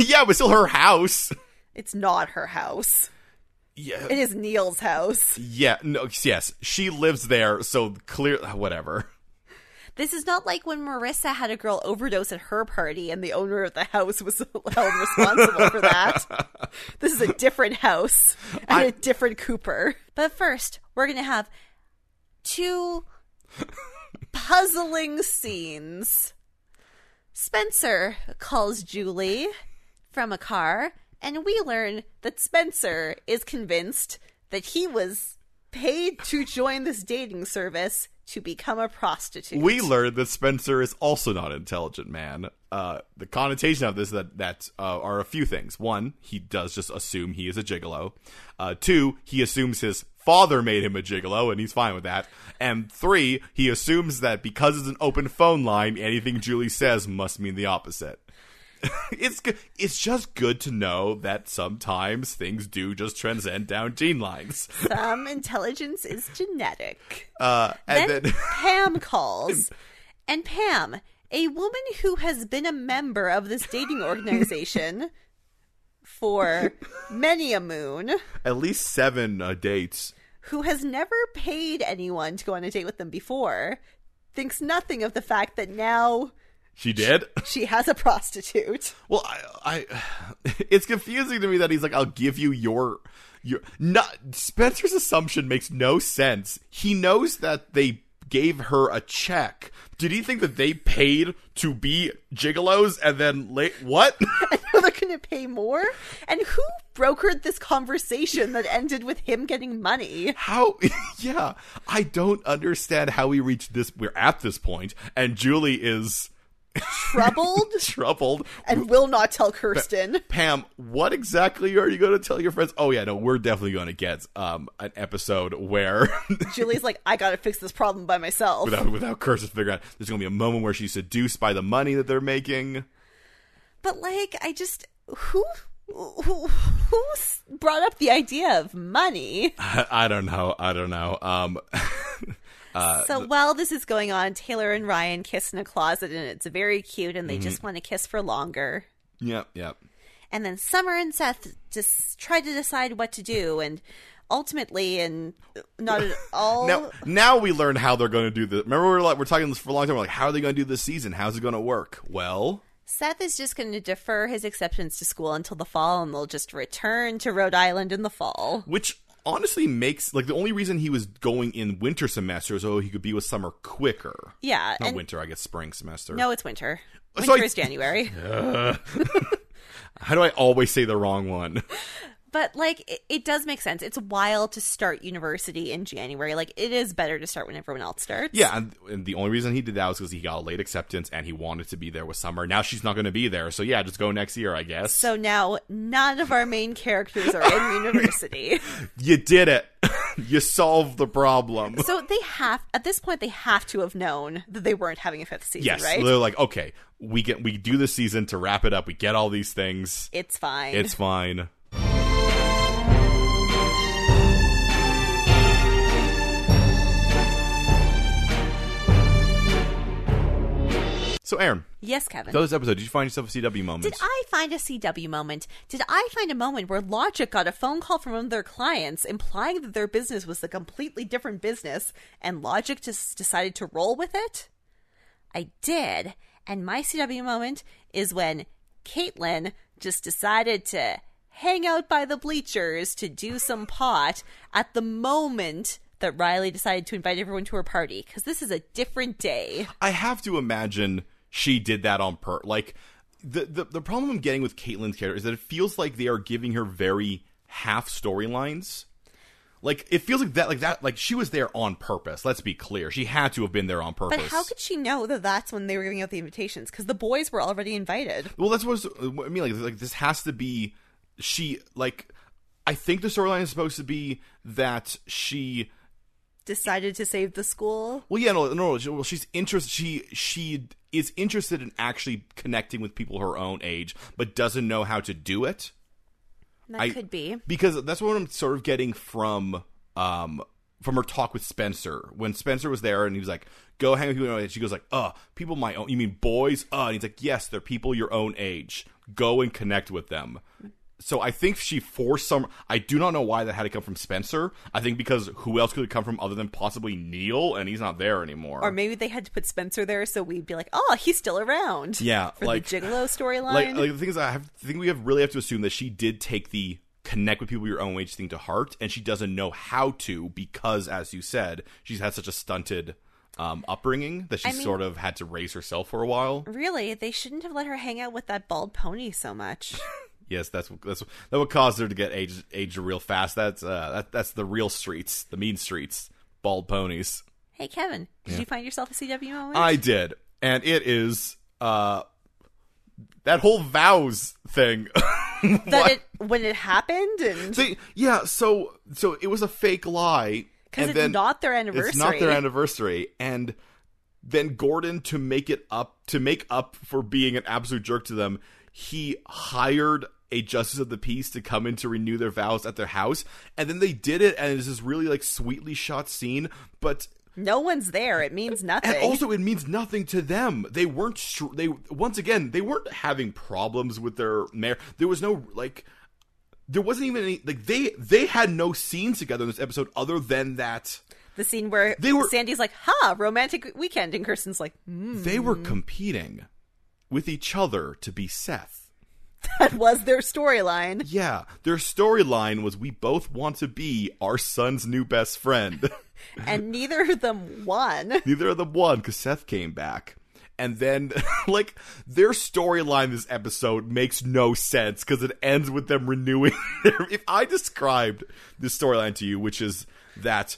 yeah, but still her house. It's not her house. Yeah. It is Neil's house. Yeah, no, yes, she lives there, so clear, whatever. This is not like when Marissa had a girl overdose at her party and the owner of the house was held responsible for that. This is a different house and a I- different Cooper. But first, we're going to have two puzzling scenes. Spencer calls Julie from a car, and we learn that Spencer is convinced that he was paid to join this dating service to become a prostitute. We learned that Spencer is also not an intelligent man. Uh, the connotation of this that that uh, are a few things. One, he does just assume he is a gigolo. Uh, two, he assumes his father made him a gigolo, and he's fine with that. And three, he assumes that because it's an open phone line, anything Julie says must mean the opposite. it's good. It's just good to know that sometimes things do just transcend down gene lines. Some intelligence is genetic. Uh, and then, then Pam calls. And Pam, a woman who has been a member of this dating organization for many a moon, at least seven uh, dates. who has never paid anyone to go on a date with them before, thinks nothing of the fact that now She did. she has a prostitute. Well, I, I it's confusing to me that he's like, "I'll give you your your." Not Spencer's assumption makes no sense. He knows that they gave her a check. Did he think that they paid to be gigolos and then late? What? And now they're going to pay more? And who brokered this conversation that ended with him getting money? How? yeah, I don't understand how we reached this. We're at this point, and Julie is Troubled? troubled. And will not tell Kirsten. Pam, what exactly are you going to tell your friends? Oh yeah, no, we're definitely going to get um an episode where Julie's like, I gotta fix this problem by myself. without without Kirsten figuring out there's going to be a moment where she's seduced by the money that they're making. But like, I just who who who s- brought up the idea of money? I, I don't know. I don't know. Um so while this is going on, Taylor and Ryan kiss in a closet, and it's very cute, and they just want to kiss for longer. yep, yep. And then Summer and Seth just try to decide what to do, and ultimately, and not at all. Now now we learn how they're going to do this. Remember we were like we're talking this for a long time. We're like how are they going to do this season? How's it going to work? Well, Seth is just going to defer his acceptance to school until the fall, and they'll just return to Rhode Island in the fall. which honestly makes like the only reason he was going in winter semester is so he could be with summer quicker. Yeah, Not and winter, I guess spring semester. no, it's winter. So Winter I- is January. How do I always say the wrong one? But like it, it does make sense. It's wild to start university in January. Like it is better to start when everyone else starts. Yeah, and, and the only reason he did that was because he got a late acceptance and he wanted to be there with Summer. Now she's not going to be there, so yeah, just go next year, I guess. So now none of our main characters are in university. you did it. you solved the problem. So they have at this point they have to have known that they weren't having a fifth season, Yes, right? they're like, okay, we get we do this season to wrap it up. We get all these things. It's fine. It's fine. So Aaron, yes, Kevin. those episode, did you find yourself a CW moment? Did I find a CW moment? Did I find a moment where Logic got a phone call from one of their clients implying that their business was a completely different business and Logic just decided to roll with it? I did. And my CW moment is when Caitlin just decided to hang out by the bleachers to do some pot at the moment that Riley decided to invite everyone to her party because this is a different day. I have to imagine she did that on per like the, the the problem I'm getting with Caitlyn's character is that it feels like they are giving her very half storylines. Like it feels like that like that like she was there on purpose. Let's be clear. She had to have been there on purpose. But how could she know that that's when they were giving out the invitations? Because the boys were already invited. Well, that's what I, was- what I mean. Like, like this has to be she. Like, I think the storyline is supposed to be that she. Decided to save the school. Well, yeah, no, no. she- Well, she's interested. She she is interested in actually connecting with people her own age, but doesn't know how to do it That I- Oh. could be. because that's what I'm sort of getting from um from her talk with Spencer when Spencer was there and he was like, "Go hang with people." And she goes like, "Uh, people my own. You mean boys? Uh." And he's like, "Yes, they're people your own age. Go and connect with them." So I think she forced some. I do not know why that had to come from Spencer. I think because who else could it come from other than possibly Neil, and he's not there anymore. Or maybe they had to put Spencer there so we'd be like, oh, he's still around. Yeah, For like- the Gigolo storyline. like, like the thing is, I have I think we have really have to assume that she did take the connect with people your own age thing to heart, and she doesn't know how to because, as you said, she's had such a stunted um, upbringing that she I mean- sort of had to raise herself for a while. really, they shouldn't have let her hang out with that bald pony so much. Yes, that's what- that's what- that would cause her to get aged aged real fast. That's uh, that, that's the real streets, the mean streets, bald ponies. hey, Kevin, did you find yourself a CW moment? I did, and it is uh, that whole vows thing. that it, when it happened and See, yeah, so so it was a fake lie, because and it's then not their anniversary. it's not their anniversary, and then Gordon to make it up to make up for being an absolute jerk to them, he hired a justice of the peace to come in to renew their vows at their house, and then they did it, and it's this really like sweetly shot scene, but. no one's there. It means nothing. And also, it means nothing to them. They weren't. str- They once again, they weren't having problems with their mayor. There was no like. There wasn't even any like they they had no scenes together in this episode other than that the scene where They were- Sandy's like, "Ha, romantic weekend," and Kirsten's like, mm, they were competing with each other to be Seth. "That was their storyline." Yeah, their storyline was we both want to be our son's new best friend. and neither of them won. Neither of them won because Seth came back. And then, like, their storyline this episode makes no sense because it ends with them renewing. Their, if I described this storyline to you, which is that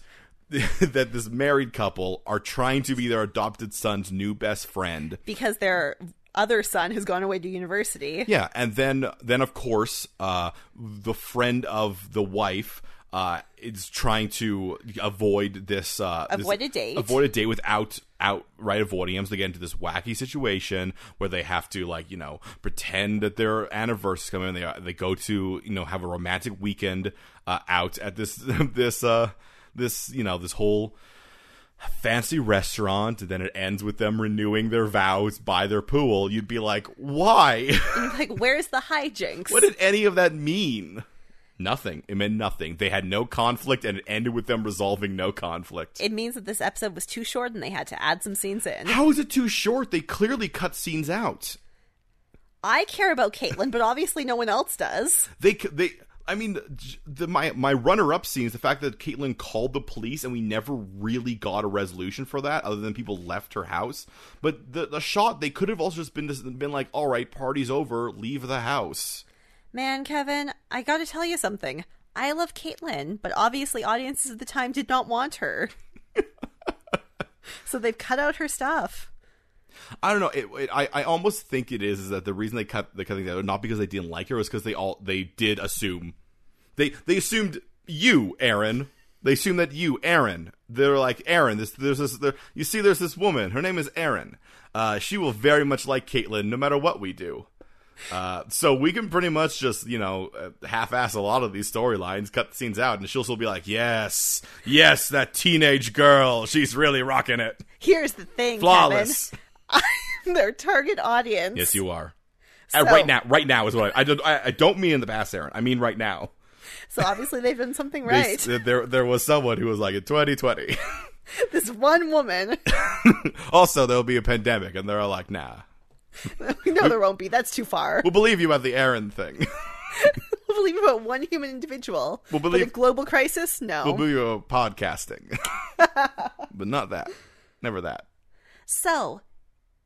that this married couple are trying to be their adopted son's new best friend, because their other son has gone away to university. Yeah, and then then of course, uh, the friend of the wife uh, is trying to avoid this uh, this- Avoid a date. avoid a date without outright avoiding him. So they get into this wacky situation where they have to like you know pretend that their anniversary's coming. They uh, they go to you know have a romantic weekend uh, out at this this uh, this you know this whole fancy restaurant and then it ends with them renewing their vows by their pool you'd be like why Like, where's the hijinks? what did any of that mean? Nothing. It meant nothing. They had no conflict, and it ended with them resolving no conflict. it means that this episode was too short and they had to add some scenes in. How is it too short? They clearly cut scenes out. I care about Caitlyn, but obviously no one else does. They c- they. I mean, j- the, my my runner up scene is the fact that Caitlyn called the police, and we never really got a resolution for that, other than people left her house. But the the shot they could have also just been just been like, "All right, party's over, leave the house." Man, Kevin, I gotta tell you something. I love Caitlyn, but obviously audiences at the time did not want her. so they've cut out her stuff. I don't know. It, it, I I almost think it is, is that the reason they cut the cutting out not because they didn't like her was because they all they did assume they they assumed you Aaron they assumed that you Aaron they're like Aaron this there's this there, you see there's this woman her name is Aaron uh, she will very much like Caitlyn no matter what we do. Uh, so we can pretty much just you know uh, half-ass a lot of these storylines, cut the scenes out, and she'll still be like, "Yes, yes, that teenage girl, she's really rocking it, Here's the thing, flawless." Kevin. Their target audience. Yes, you are. So- Uh, right now, right now is what I, I don't. I, I don't mean in the past, Aaron. I mean right now. So obviously they've done something They- right. there, there was someone who was like in 2020. this one woman. also, there'll be a pandemic, and they're all like, "Nah, no, there won't be. That's too far. we'll believe you about the Aaron thing." believe about one human individual. We'll But a believe- global crisis? No. We'll do your podcasting, but not that. Never that. So,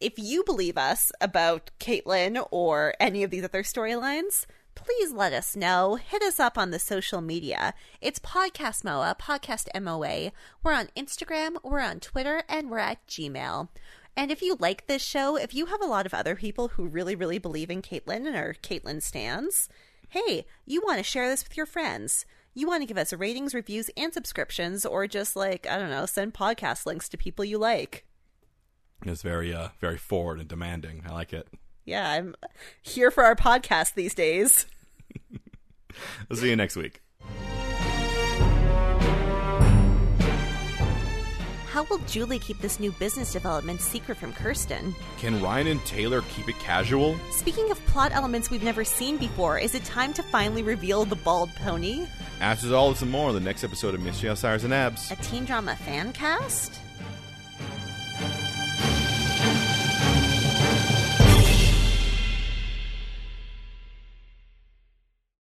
if you believe us about Caitlin or any of these other storylines, please let us know. Hit us up on the social media. It's Podcast MOA, Podcast MOA. We're on Instagram, we're on Twitter, and we're at Gmail. And if you like this show, if you have a lot of other people who really, really believe in Caitlin and are Caitlin stands, hey, you want to share this with your friends. You want to give us ratings, reviews, and subscriptions, or just like, I don't know, send podcast links to people you like. It's very, uh, very forward and demanding. I like it. Yeah, I'm here for our podcast these days. I'll see you next week. How will Julie keep this new business development secret from Kirsten? Can Ryan and Taylor keep it casual? Speaking of plot elements we've never seen before, is it time to finally reveal the bald pony? After all this and more, the next episode of Mystery Outsiders and Abs. A teen drama fan cast?